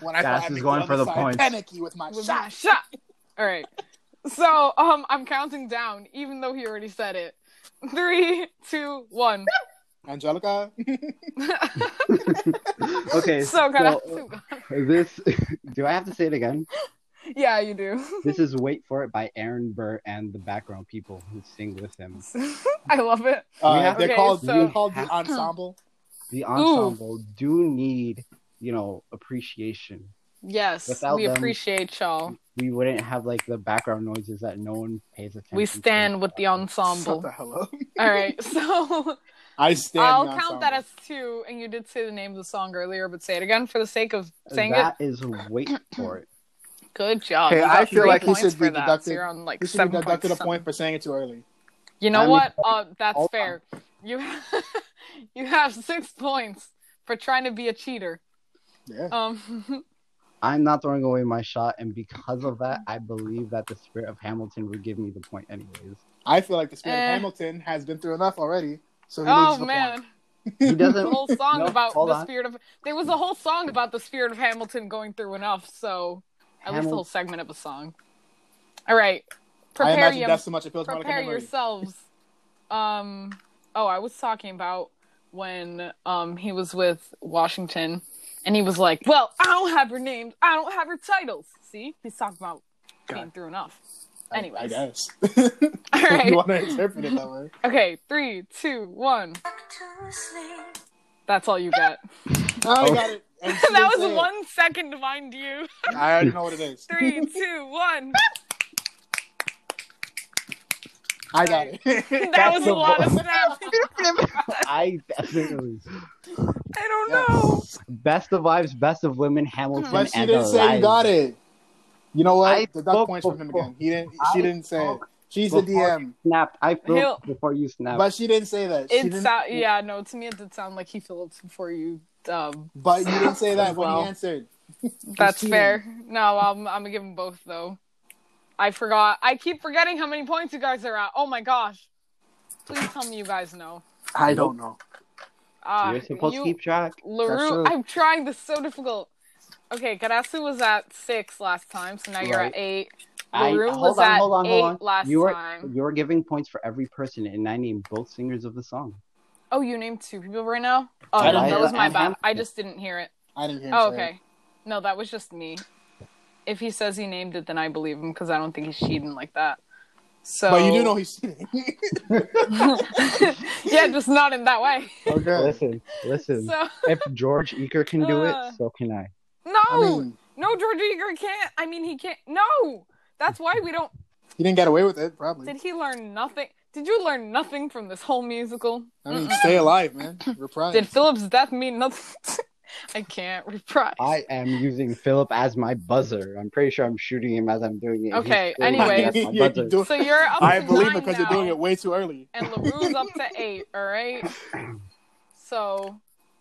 when I Gas thought I is picked going other for the side, points. Panicky with my with my shot. shot. All right. So um, I'm counting down, even though he already said it. three, two, one. [laughs] Angelica. [laughs] [laughs] Okay, So good. so this [laughs] do I have to say it again? yeah, you do. This is "Wait for It" by Aaron Burr and the background people who sing with him. [laughs] I love it. Uh, We have- they're Okay, called, so- they're called the ensemble. The ensemble do need, you know, appreciation. Yes, Without we them- appreciate y'all. We wouldn't have like the background noises that no one pays attention. We to. stand with the [laughs] Shut ensemble. the [laughs] hell up. All [laughs] right, so I stand. I'll the count ensemble. that as two. And you did say the name of the song earlier, but say it again for the sake of saying That is "Wait [clears throat] for It." it. Good job. Hey, You I got feel three like he points should for be that, so deducted- you're on like You should seven be deducted a points. point for saying it too early. You know I mean- what? Uh, that's Hold fair. [laughs] You you have six points for trying to be a cheater. Yeah. Um, [laughs] I'm not throwing away my shot, and because of that, I believe that the spirit of Hamilton would give me the point, anyways. I feel like the spirit Eh. of Hamilton has been through enough already. So he oh loses the man, Point. [laughs] He the doesn't. whole song No, about hold the on. spirit of there was a whole song about the spirit of Hamilton going through enough. So at least a Hamil- little segment of a song. All right, I prepare imagine your that's so much appeal to Monica prepare memory. yourselves. Um, oh, I was talking about when um he was with Washington, and he was like, "Well, I don't have her names. I don't have her titles." See, he's talking about being through enough. I- I Anyways, guess. [laughs] all [laughs] you right, want to interpret it that way? okay, three, two, one. That's all you get. I got it. [laughs] And she [laughs] that didn't was say it. one second, mind you. Oh. [laughs] I already know what it is. [laughs] Three, two, one. I got it. [laughs] That was a lot of snaps. I definitely. I don't Yes. know. Best of wives, best of women, Hamilton. But she and didn't say you Eliza. got it. You know what? I Deduct spoke points from him before- again. He didn't. I She didn't say it. spoke She's the before- DM, Snapped. I felt He'll- before you snapped. but she didn't say that. She It didn't, sound yeah, no, to me it did sound like he Phillips before you. Um, But you didn't say that when Well. he answered. that's cheating. fair. No, I'm I'm gonna give them both though. I forgot. I keep forgetting how many points you guys are at. Oh my gosh! Please tell me you guys know. I don't know. Uh, You're supposed you- to keep track. Larue, true. I'm trying. This is so difficult. Okay, Garasu was at six last time, so now you're Right. at eight. I, Larue was hold on, at hold on, hold eight on. last you were time. you were giving points for every person, and I named both singers of the song. Oh, you named two people right now? Oh, I no, don't that know. was my I'm bad. Hampton. I just didn't hear it. I didn't hear. Him Oh, say it. okay. No, that was just me. If he says he named it, then I believe him because I don't think he's cheating like that. So, But you [laughs] do know he's cheating. [laughs] yeah, just not in that way. okay. Listen, listen. So, if George Eaker can do Uh. it, so can I. no, I mean, no, George Eager can't. I mean, he can't. No, that's why we don't. he didn't get away with it. Probably. Did he learn nothing? Did you learn nothing from this whole musical? I mean, Mm-mm. stay [clears throat] alive, man. Reprise. Did Philip's death mean nothing? [laughs] I can't reprise. I am using Philip as my buzzer. I'm pretty sure I'm shooting him as I'm doing it. He's Okay, doing it anyway. as my Yeah, [laughs] [laughs] you buzzer. do- So you're up. I to believe nine it because you're now. doing it way too early. and LaRue's up to eight, all right? So,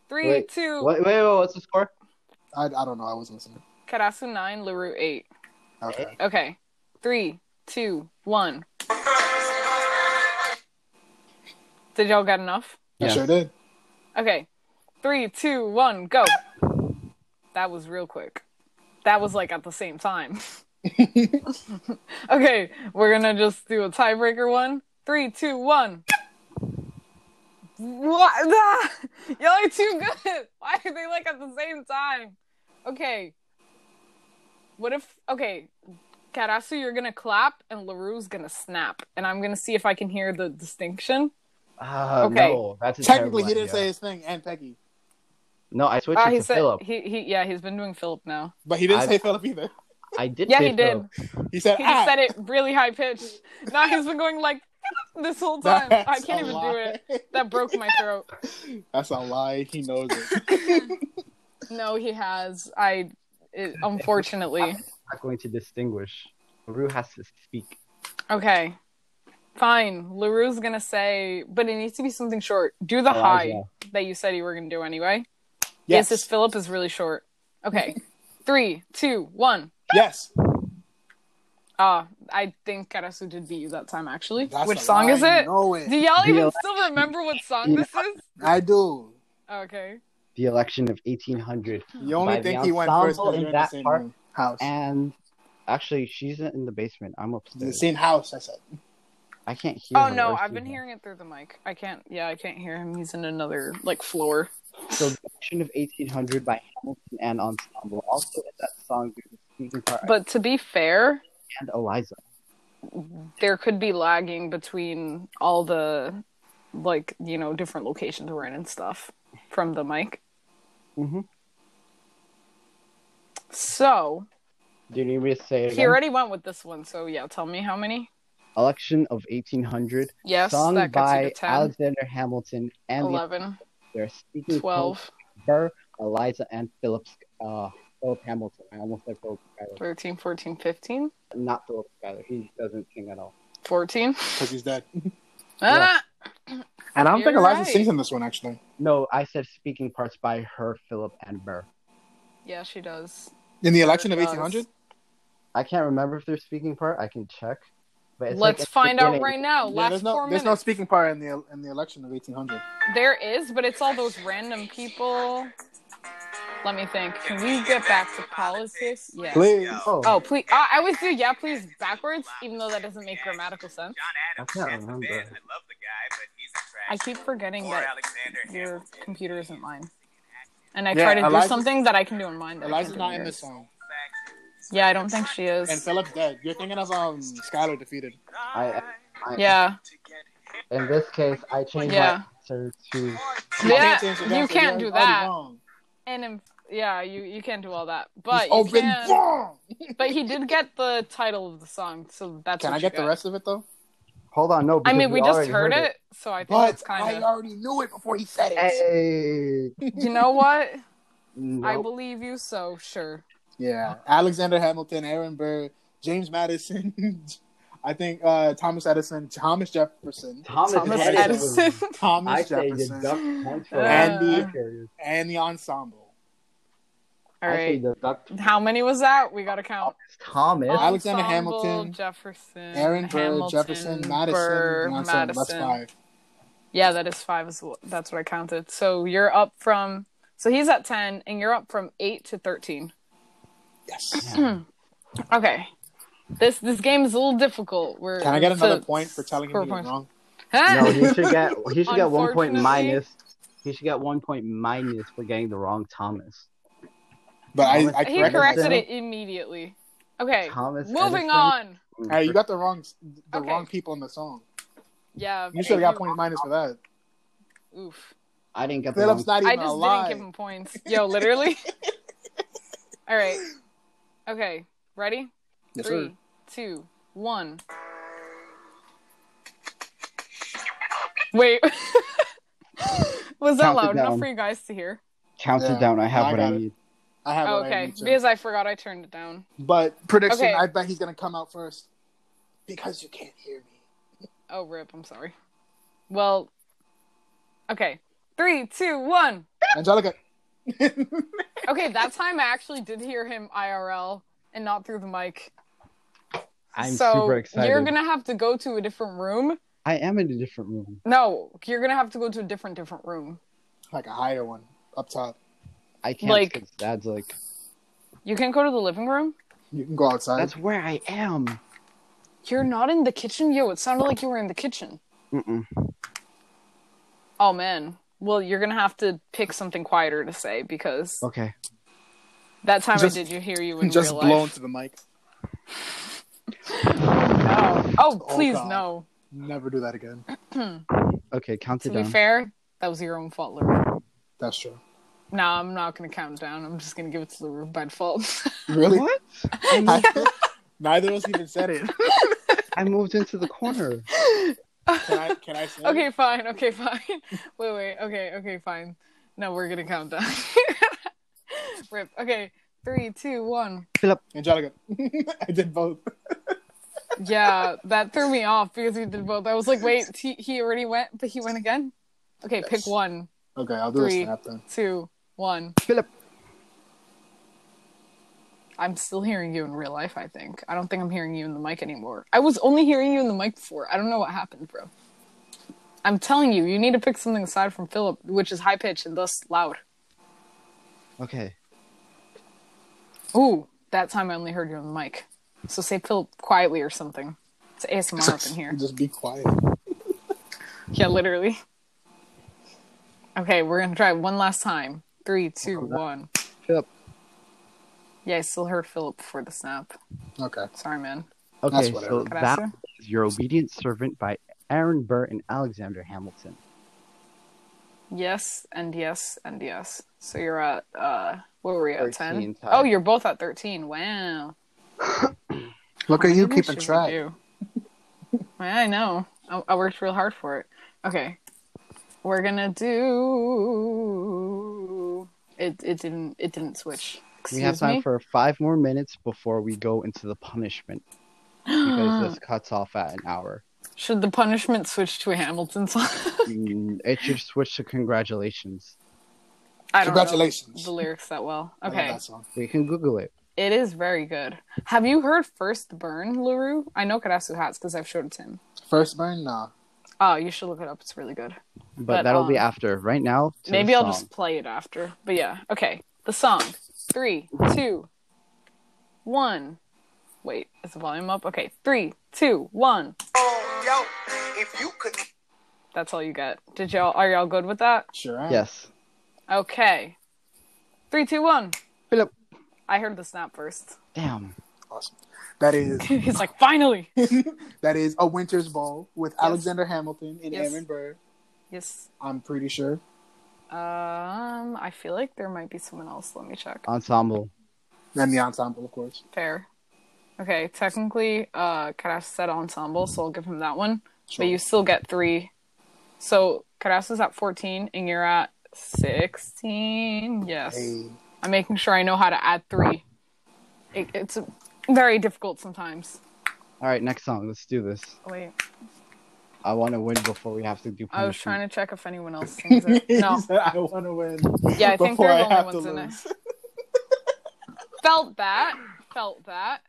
three, Wait, two, Wait, wait, wait, what's the score? I, I don't know. I wasn't listening. Karasu nine, LaRue eight. Okay. Okay. Three, two, one. Did y'all get enough? I Yes. sure did. Okay. Three, two, one, go. That was real quick. That was like at the same time. [laughs] okay, we're gonna just do a tiebreaker one. Three, two, one. What? [laughs] Ah, y'all are too good. Why are they like at the same time? Okay. What if? Okay, Karasu, you're gonna clap and Larue's gonna snap, and I'm gonna see if I can hear the distinction. Ah, Okay. no, that's a Technically, terrible he didn't idea. say his thing and Peggy, No, I switched Ah, it he to said Philip. he he yeah he's been doing Philip now. but he didn't I- say Philip either. I did. Yeah, say he did. Philip. He said, He ah. [laughs] just said it really high pitched. Now he's been going like this whole time. That's I can't a even do lie. it. That broke my throat. That's a lie. He knows [laughs] it. No, he has. I it, unfortunately. not going to distinguish. Rue has to speak. Okay. Fine. LaRue's gonna say but it needs to be something short. Do the Elijah. high that you said you were gonna do anyway. Yes. Yes, this Philip is really short. [laughs] Okay. Three, two, one. yes. Ah, I think Karasu did beat you that time actually. That's Which a song lie. is You it? know Do it. y'all The even ele- still remember what song this is? I do. Okay. The election of 1800. You only By think the he went first ensemble because you're in in the that same part. room. house. And actually, she's in the basement. I'm The upstairs. same house, I said. I can't hear. Oh the no, words I've you been have. hearing it through the mic. I can't. Yeah, I can't hear him. He's in another like floor. So, the version of 1800 by Hamilton and Ensemble also in that song do the speaking part But to be fair, and Eliza. there could be lagging between all the like you know different locations we're in and stuff from the mic. Mm-hmm. Mhm. So Do you need me to say it he again? already went with this one. So yeah, tell me how many. Election of 1800 Yes, sung that gets you by to 10, Alexander Hamilton and the 11, their speaking 12, Burr, Eliza, and Phillips. Uh, Philip Hamilton. I almost said Philip Schuyler. 13, 14, 15, Not Philip Schuyler. He doesn't sing at all. 14. because he's dead. Ah! And I don't think You're Eliza right. sings in this one actually. No, I said speaking parts by her, Philip, and Burr. Yeah, she does. In the election of Does. 1800, I can't remember if they're speaking part. I can check. But it's Let's like at the find out beginning. right now. Yeah, Last there's no four there's minutes. no speaking part in the in the election of 1800. There is, but it's all those random people. Let me think. Can we get back to politics? Yeah. Please, Oh, Oh, please. I I always do, yeah, please, backwards, even though that doesn't make grammatical sense. I can't remember. I keep forgetting that your computer isn't mine. And I Yeah, try to do Eliza's- something that I can do in mine. that I Eliza's can't do not in yours. this song, Yeah, I don't think she and is. Philip's dead. You're thinking of um Skylar defeated. I, I, Yeah. In this case, I changed Yeah. my answer to. You Yeah, can't change it, you that's- can't you're do already that. wrong. And in, yeah, you, you can't do all that. But you You've been can- wrong. but he did get the title of the song, so that's Can what I you get the got. rest of it though? Hold on, no. I because mean, we just already heard it, so I think it's kind of. already knew it before he said [laughs] Hey. You know what? I No. believe you, so sure. Yeah, Alexander Hamilton, Aaron Burr, James Madison. [laughs] I think uh, Thomas Edison, Thomas Jefferson, Thomas, Thomas Edison. Edison. Thomas I say you Jefferson, duck punch for Uh, that. Serious. and the ensemble. [laughs] All I say right. the duck How many was that? We got to count. Thomas. Alexander Ensemble, Hamilton, Jefferson, Aaron Burr, Mm, Hamilton, Jefferson, Madison, Burr, the ensemble. Madison. That's five. Yeah, that is five. As well. That's what I counted. So you're up from. So he's at 10, and you're up from 8 to 13. Yes. Okay. This this game is a little difficult. We're Can I get another so- point for telling him score he was points. wrong? Ah! No, he should get he should get one point Unfortunately- minus. He should get one point minus for getting the wrong Thomas. But I, Thomas I he corrected. corrected myself. it immediately. Okay. Thomas Moving Edison. on. Hey, you got the wrong the Okay. wrong people in the song. Yeah. You should have got point minus for that. Oof. I didn't get the Philip's wrong. not even I just alive. didn't give him points. Yo, literally. [laughs] All right. Okay. Ready? Yes, sir. Three, two, one. Wait. [laughs] Was that Count it loud enough down. for you guys to hear? Count it Yeah, down. I have I what got I it. need. I have what I Oh, okay. need to. Because I forgot I turned it down. But prediction, Okay. I bet he's gonna come out first because you can't hear me. Oh, rip. I'm sorry. Well, okay. Three, two, one. Angelica. Okay, that time I actually did hear him IRL and not through the mic. I'm so super excited. You're gonna have to go to a different room. I am in a different room. No, you're gonna have to go to a different different room. like a higher one up top. I can't. Like- Like that's like You can go to the living room. You can go outside. that's where I am. You're Mm. not in the kitchen, yo. It sounded like you were in the kitchen. Mm-mm. Oh man. Well, you're gonna have to pick something quieter to say because Okay. that time Oh, Just- I did you hear you in [laughs] just real blown life. to the mic. No. Oh, Oh, please God. no. Never do that again. Okay. Count To it be down. fair, that was your own fault, Luru. That's true. No, I'm not gonna count down. I'm just gonna give it to Luru by default. [laughs] Really? What? I- Neither of us even said it. I moved into [laughs] the corner. Can I? Can I say? it? Okay, fine. Okay, fine. [laughs] Wait, wait. Okay, okay, fine. No, we're gonna count down. [laughs] Rip. Okay, three, two, one. Angelica. [laughs] I did both. Yeah, that threw me off because we did both. I was like, wait, he, he already went, but he went again. Okay, pick Yes. one, Okay, I'll do Three. a snap then. two, one. Philip. I'm still hearing you in real life. I think. I don't think I'm hearing you in the mic anymore. I was only hearing you in the mic before. I don't know what happened, bro. I'm telling you, you need to pick something aside from Philip, which is high pitched and thus loud. Okay. Ooh, that time I only heard you on the mic. So say Philip quietly or something. It's ASMR up [laughs] in here. Just be quiet. [laughs] Yeah, literally. Okay, we're gonna try one last time. Three, two, one. Philip. Yeah, I still heard Philip before the snap. Okay. Sorry, man. Okay, whatever. so Can I that say? is Your Obedient Servant by Aaron Burr and Alexander Hamilton. Yes, and yes, and yes. So you're at uh, what were you at? Ten. 13 tied. Oh, you're both at thirteen. Wow. Look at Maybe you I keeping should track. review. [laughs] yeah, I know. I, I worked real hard for it. Okay, we're gonna do. It it didn't it didn't switch. Excuse we have time me? for five more minutes before we go into the punishment because [gasps] this cuts off at an hour. Should the punishment switch to a Hamilton song? [laughs] Mm, it should switch to congratulations. I don't know Congratulations. the lyrics that well. I love Okay, that song. We can Google it. it is very good. Have you heard First Burn, Larue? I know Kadasu Hats because I've showed it to him. First burn, nah. Oh, you should look it up. It's really good. But, But, that'll be um, after. Right now, to the Maybe I'll song. just play it after. But yeah, okay. The song. Three, two, one. Wait, is the volume up? Okay, three, two, one. Oh, yo, if you could That's all you get. Did y'all are y'all good with that? Sure. am. Yes. Okay. Three, two, one. Philip. I heard the snap first. [laughs] Damn. Awesome. That is He's like, finally. that is a Winter's Ball with Alexander Hamilton and Yes. Aaron Burr. Yes. I'm pretty sure. Um, I feel like there might be someone else. Let me check. Ensemble. And the ensemble, of course. Fair. Okay, technically, uh, Karas said ensemble, so I'll give him that one. Sure. But you still get three. So Karas is at 14 and you're at 16. Yes. [laughs] Hey, I'm making sure I know how to add three. It, it's very difficult sometimes. Oh, All right, next song. Let's do this. Wait, I want to win before we have to do. I was punishment. trying to check if anyone else sings it. No. [laughs] He said, I want to win. Yeah, I think before they're I the have only ones to in it. lose. Felt that. Felt that.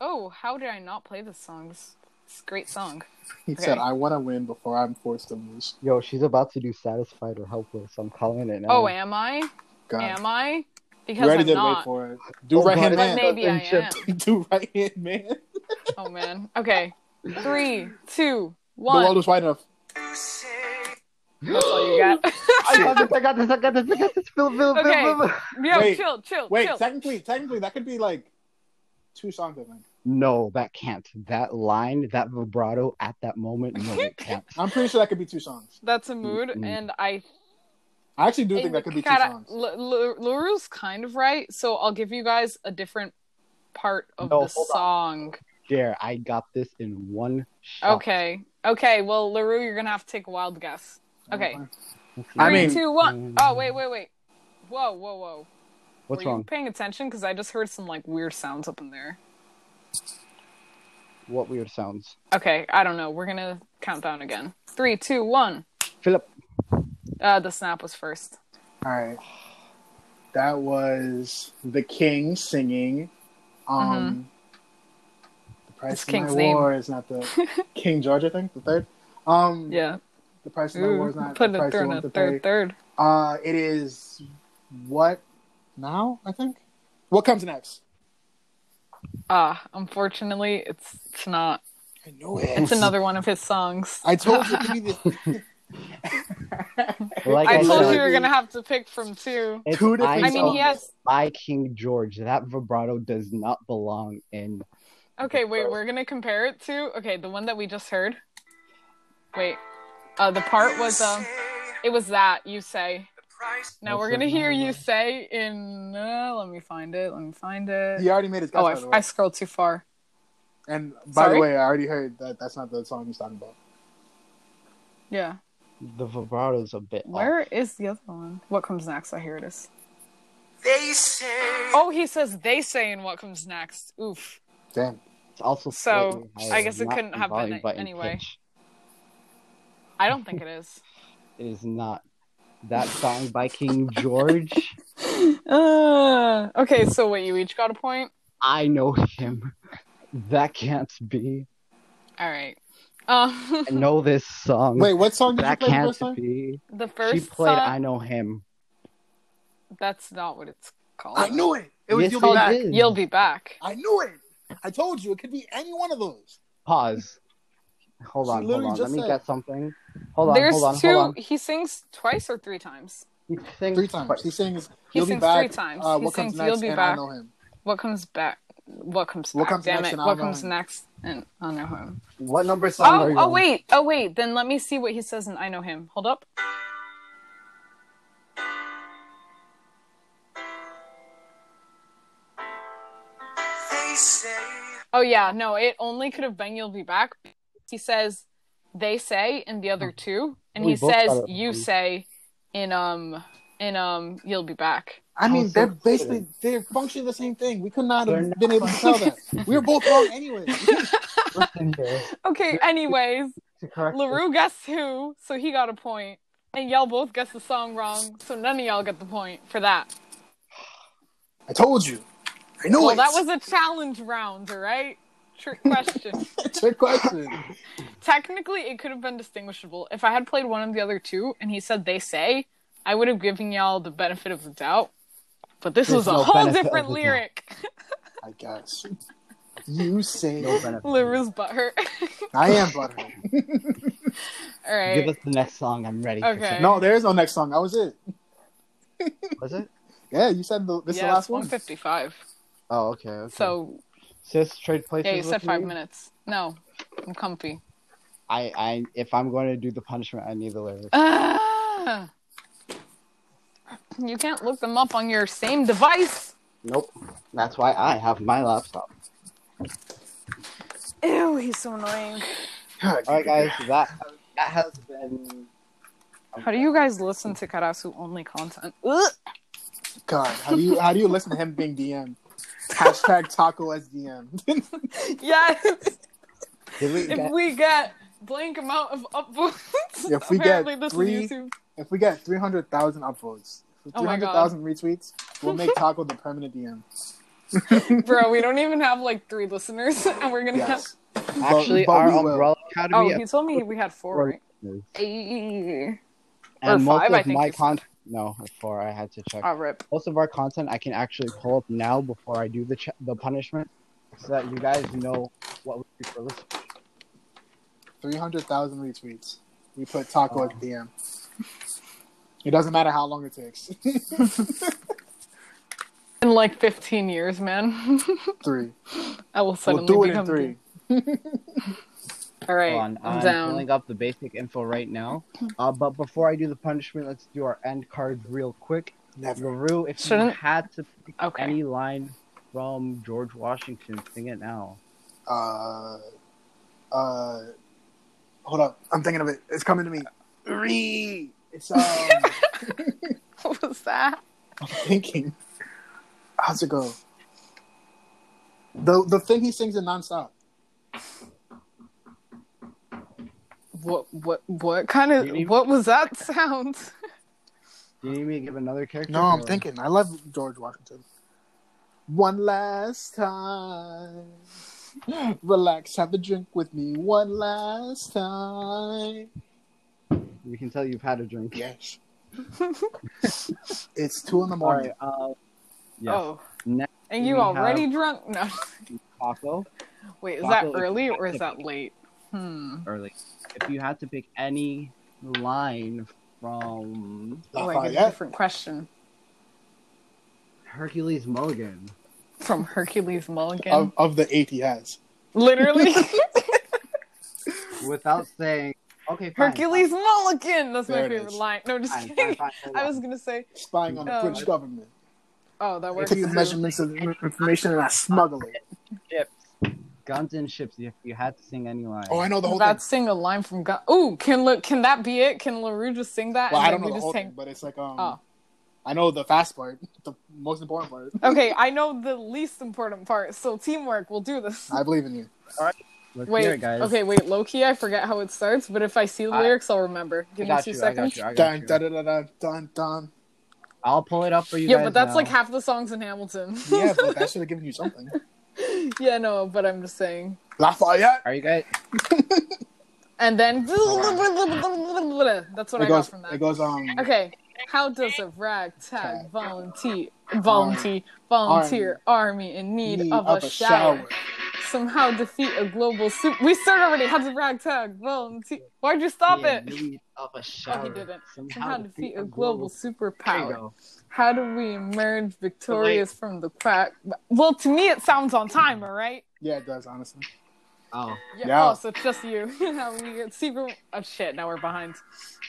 Oh, how did I not play this song? This, this great song. He Okay. said, I want to win before I'm forced to lose. Yo, she's about to do satisfied or helpless. I'm calling it now. Oh, am I? God. Am I? you Because already I'm did wait not. for it. Do Oh, right hand God, But man. maybe I Shit. am. [laughs] Do right hand man. Oh man. Okay. Three, two, The world one. was wide enough. say That's all you got. I got this! I got this! I got this! I got this! Phil, Phil, Phil, Okay. Phil. [laughs] Yo, Wait, chill, chill, Wait, chill. technically, technically, that could be like two songs, I think. No, that can't. That line, that vibrato at that moment, no, [laughs] it can't. I'm pretty sure that could be two songs. That's a mood, Mm-mm. and I I actually do think that could be two kinda, songs. L- L- LaRue's kind of right, so I'll give you guys a different part of No, the hold on. song. There, I got this in one shot. Okay. Okay, well, LaRue, you're gonna have to take a wild guess. Okay. Mm-hmm. Let's see. I Three, mean- two, one. Mm-hmm. Oh, wait, wait, wait. Whoa, whoa, whoa. what's Were you wrong? paying attention? Because I just heard some, like, weird sounds up in there. What weird sounds? Okay, I don't know. We're gonna count down again. Three, two, one. Philip, Uh, the snap was first. All right. That was the king singing. Um, The price It's of Mm-hmm. King's my name. war is [laughs] not the King George, I think, the third. Um, Yeah. the price of my war Ooh, is not put the a price you third, want a to third, pay. third. Uh, it is what now? I think. What comes next? Ah, unfortunately, it's it's not. I know it. It's another one of his songs. I told you it could be [laughs] the like I I told you said, you were gonna have to pick from two. it's two different I mean, songs. he has. by King George. That vibrato does not belong in. Okay, wait. We're gonna compare it to. Okay, the one that we just heard. Wait. Uh, the part was um. It was that you say. the price Now we're gonna hear you say in. Uh, let me find it. Let me find it. He already made his guess. Oh, by the way. I, I scrolled too far. and by Sorry? the way, I already heard that that's not the song he's talking about. Yeah. The vibrato's a bit. Where off. is the other one? What comes next? I hear it is. they say Oh, he says they say in what comes next. Oof. Damn. It's So, also slightly I higher, guess it not couldn't in have been volume, it but in anyway. pitch. I don't think it [laughs] is. It is not. That song by King George. [laughs] Uh, okay, so wait, you each got a point? I know him. That can't be. All right. Um, I know this song. Wait, what song did you that play the can't first time? be. [laughs] the She first played song, I Know Him. that's not what it's called. I knew it. It Yes, was you'll he be back. did. You'll be back. I knew it. I told you it could be any one of those. Pause. Hold She on, hold literally on. Let just me said- get something. Hold on, There's hold on, two. hold on. He sings twice or three times. He sings Three times. twice. [laughs] He sings. He You'll sings be back. three times. Uh, He what comes sings, next? "You'll be and I back." know him. What comes back? What comes What back? comes Damn next it! and I'll What know comes him. next? And I know him. What number song are Oh, you oh on? wait, oh wait. Then let me see what he says in I know him. Hold up. They say Oh yeah, no. It only could have been "You'll be back." He says, "They say" in the other two, and Hmm. We he both says, got it. "You say," in um, in um, "You'll be back." I How mean, is they're that basically they're functioning the same thing. We could not They're have not been able to tell that. we were both wrong anyway. Listen here. [laughs] Okay. Anyways, To correct this- Larue guessed who, so he got a point, and y'all both guessed the song wrong, so none of y'all get the point for that. I told you. I know Well, it. that was a challenge round, all right? Trick [laughs] question. [laughs] trick question. Technically, it could have been distinguishable. If I had played one of the other two and he said they say, I would have given y'all the benefit of the doubt. But this There's was a no whole benefit of different the doubt. lyric. [laughs] I guess. You say No benefit. Liru's butthurt. I am butthurt. [laughs] all Give right. us the next song. I'm ready. Okay. No, there is no next song. That was it. Was it? Yeah, you said the, this is yeah, the last it's one. 155. Oh, okay. okay. So, sis, trade places. yeah, you said with five me? minutes. No, I'm comfy. I, I, if I'm going to do the punishment, I need the lyrics. Ah! You can't look them up on your same device. Nope. That's why I have my laptop. Ew, he's so annoying. All right, guys. That that has been. How do you guys listen to Karasu only content? Ugh. God, how do you how do you listen to him being DM? Hashtag taco as DM. [laughs] Yes. Did we if get, we get blank amount of [laughs] upvotes, If we get apparently this three- is YouTube. if we get three hundred thousand upvotes, Oh three my hundred God. thousand retweets, [laughs] we'll make taco the permanent DM. Bro, we don't even have like three listeners, [laughs] and we're gonna have. Yes. actually but our we will. Umbrella Oh, Academy he told me we had four. Or- Right? is- Ayy. and most five, I of think my you said. content. No, four. I had to check. Ah, rip. most of our content I can actually pull up now before I do the ch- the punishment, so that you guys know what we do for listening. Three hundred thousand retweets. We put taco as DM. It doesn't matter how long it takes. [laughs] In like 15 years, man, [laughs] three. I will We'll suddenly do it in become. three. All right, Hold on, I'm I'm down. pulling up the basic info right now. Uh, but before I do the punishment, let's do our end cards real quick. Never. LaRue, if you Shouldn't- had to pick Okay. any line from George Washington, sing it now. Uh, uh, hold up. I'm thinking of it. It's coming to me. Re. [laughs] It's um. [laughs] What was that? thinking. How's it go? The the thing he sings in nonstop. What? What? What kind of? You need- What was that [laughs] sound? Do you need me to give another character? No, I'm or- thinking. I love George Washington. One last time. [gasps] Relax, have a drink with me one last time. You can tell you've had a drink. Yes. [laughs] it's two in the All morning. right. Uh, yes. Oh. Next and you we already drunk? No. [laughs] Oh. Taco. Wait, is Taco that is early or is active. that late? Hmm. early. If you had to pick any line from Oh, I get a Lafayette. different question Hercules Mulligan, from Hercules Mulligan. Of, of the eight he has. [laughs] [laughs] Literally, without saying, okay, fine, Hercules Mulligan. That's There my it favorite is. line. No, just fine, fine, kidding. fine, fine, [laughs] I fine. was gonna say, Spying on the Oh. British government. oh, that I works. take the too. measurements of the information and I smuggle it. ships, guns and ships. If you had to sing any line, Oh, I know the whole thing. That's sing a line from Gun. Ooh, can look? Can that be it? Can Larue just sing that? Well, and I then don't we know the just whole hang- thing, but it's like um, Oh. I know the fast part, the most important part. Okay, I know the least important part. So teamwork, we'll do this. I believe in you. [laughs] let's wait, hear it, guys. okay, wait, Loki. I forget how it starts, but if I see the I- lyrics, I'll remember. I Give me got two you. I seconds. got you. I got Dun you. dun dun dun dun dun. I'll pull it up for you yeah, guys. but that's now. like half the songs in Hamilton. Yeah, but that should have given you something. [laughs] yeah, no, but I'm just saying. Lafayette. Are you guys? And then [laughs] that's what I It got goes. from It that. goes. Um. Okay. How does a ragtag Tag. volunteer volunteer volunteer army in need knee of of a shower? somehow defeat a global super. We started already. How to ragtag? Well, why'd you stop Yeah, it? need Of [laughs] a shower. didn't. Somehow Somehow to defeat defeat a global There you superpower. go. How do we emerge victorious from the crack? Well, to me, it sounds on time, all right? Yeah, it does, honestly. Oh, Yeah. Yeah. Oh, so it's just you. [laughs] How we get secret. Oh, shit. Now we're behind.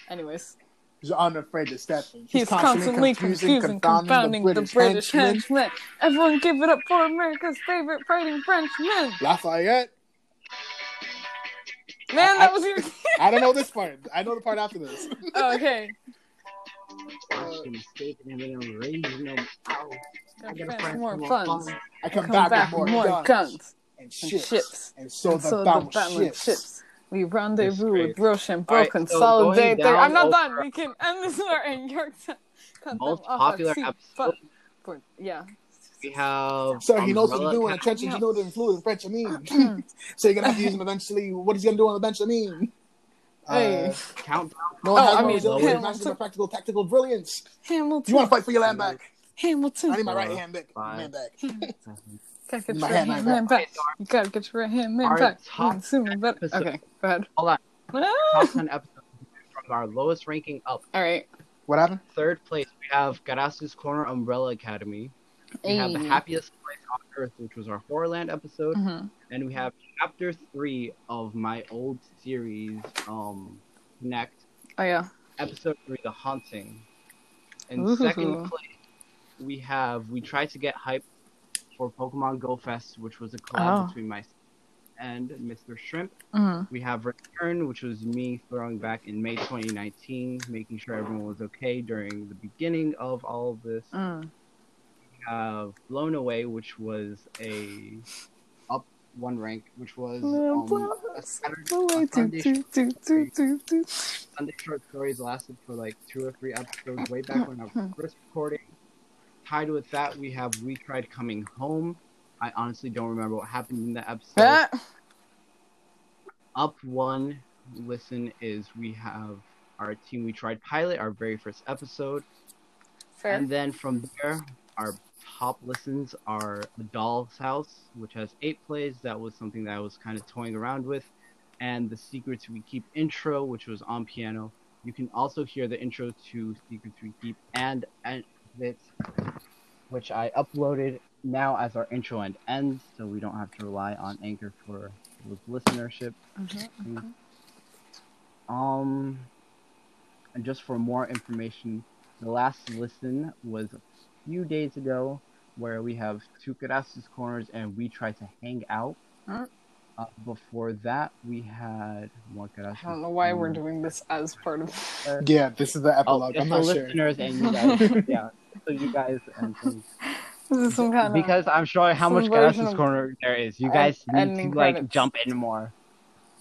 Anyways, He's unafraid to step in. he's, constantly, confusing, confounding the British, henchman. henchmen. Everyone give it up for America's favorite fighting Frenchman. Lafayette. Man, that was your. [laughs] I don't know this part. I know the part after this. okay. watch him escaping and then I'm raising him. Ow. I got a Friends, friend more from funds. afar. I come, Come back, back with more, guns, and and ships. ships. And so And the so battle the battle ships. ships. We rendezvous Disgrace. with Rochambeau, All right, so consolidate going their. I'm not down done. over- We can end this in our in York. [laughs] Cut them Most off popular our seat, episode. but- but- yeah. We have. So he knows what to Umbrella do in the Academy. trenches. He knows what to do in French. I [clears throat] mean, so you're gonna have to use him eventually. What is he gonna do on the bench? I mean, Hey, Uh, Countdown. no one Oh, has I no mean, resilience. him. Imagine the practical, tactical brilliance. Hamilton. You want to fight for your land back? I Hamilton. need my right hand back. Man back. Gotta get my hand, your hand, my hand. man back. You gotta get your right hand man Our back. top Mm, soon, but- episode. okay, go ahead. Hold on. Ah! Top 10 episodes from our lowest ranking up. All right. What happened? Third place, we have Garasu's Corner Umbrella Academy. We have The Hey. Happiest Place on Earth, which was our Horrorland episode. Mhm. and we have chapter three of my old series, um, Connect, Oh yeah. episode three, The Haunting. In Ooh. second place, we have We Tried to Get Hype for Pokemon Go Fest, which was a collab Oh. between myself and Mr. Shrimp. Mhm. We have Return, which was me throwing back in May 2019, making sure everyone was okay during the beginning of all of this Mm. have Blown Away, which was a up one rank, which was Little um, a blocks Saturday away, Oh, do, Sunday do, do, do, do, do. Sunday short stories lasted for like two or three episodes way back when our first recording. Tied with that, we have We Tried Coming Home. I honestly don't remember what happened in that episode. Ah! Up one listen is we have our team We Tried Pilot, our very first episode. Fair. And then from there, our top listens are A Doll's House, which has eight plays. That was something that I was kind of toying around with. And The Secrets We Keep intro, which was on piano. You can also hear the intro to Secrets We Keep and, and this, which I uploaded now as our intro and end, so we don't have to rely on Anchor for listenership. Mm-hmm. Um, and just for more information, the last listen was a few days ago, where we have two Karasu's corners and we try to hang out. Mm. Uh, before that, we had one Karasu's I don't know why we're doing this as part of. Yeah, this is the Oh, epilogue. just I'm the not sure. listeners and [laughs] you guys, yeah. So you guys and things. [laughs] This is some kind of. because I'm showing how some much version Garas's of- corner there is. You of guys need ending to like credits. jump in more.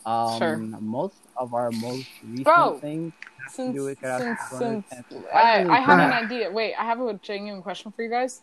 Um, Sure. Most of our most recent Bro. things since, do it, get out since, of the corner, since and- I, I have an Ah. idea. Wait, I have a genuine question for you guys.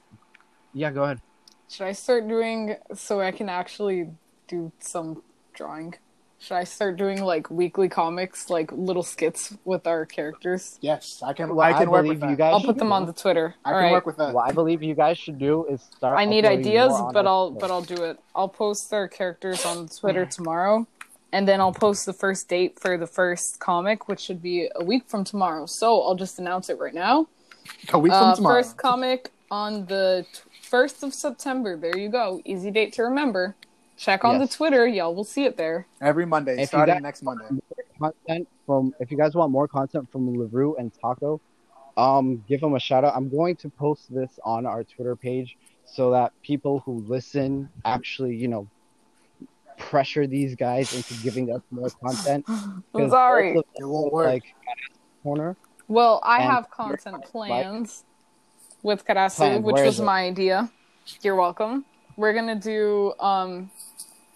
Yeah, go ahead. Should I start doing so I can actually do some drawing? Should I start doing like weekly comics, like little skits with our characters? Yes, I can. Well, I can I work believe with that. you guys I'll should put them do on it. the Twitter. I All can right. work with that. What I believe you guys should do is start. I need uploading ideas, more on but our I'll show. but I'll do it. I'll post their characters on Twitter tomorrow, and then I'll post the first date for the first comic, which should be a week from tomorrow. So I'll just announce it right now. A week Uh, from tomorrow. First comic on the first of September. There you go. Easy date to remember. Check on Yes. the Twitter, y'all will see it there. Every Monday, you starting got- next Monday. content from. If you guys want more content from Larue and Taco, um, give them a shout out. I'm going to post this on our Twitter page so that people who listen actually, you know, pressure these guys into giving us more content. 'Cause Sorry. both of It won't us, work. Like corner. Well, I And have you're content plans with Karasu, Plans, which where was is it? my idea. You're welcome. We're gonna do um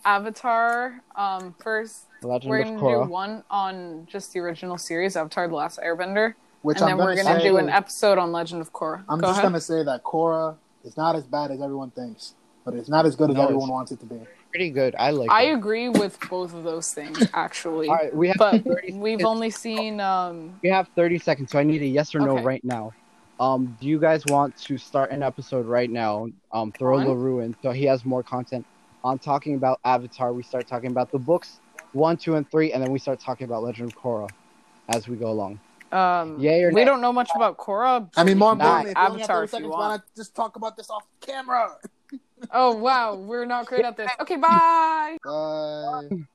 Avatar um first. Legend We're of gonna Korra. do one on just the original series, Avatar: The Last Airbender, which and I'm then we're gonna say, do an episode on Legend of Korra. I'm Go just ahead. gonna say that Korra is not as bad as everyone thinks, but it's not as good as No, everyone it's- wants it to be. Pretty good. I like. I it. agree with both of those things actually, All right, we have [laughs] but 30 we've seconds. only seen um We have 30 seconds, so I need a yes or no Okay. right now. Um, do you guys want to start an episode right now? Um, throw On? LaRue in so he has more content on talking about Avatar, we start talking about the books one, two, and three, and then we start talking about Legend of Korra as we go along. Um, Yay or we nay? don't know much about Korra. I mean, more You can talk importantly, if you only have Avatar if 30 you seconds, want. why not just talk about this off camera? [laughs] Oh wow, we're not great at this. Okay, bye. Uh, Bye.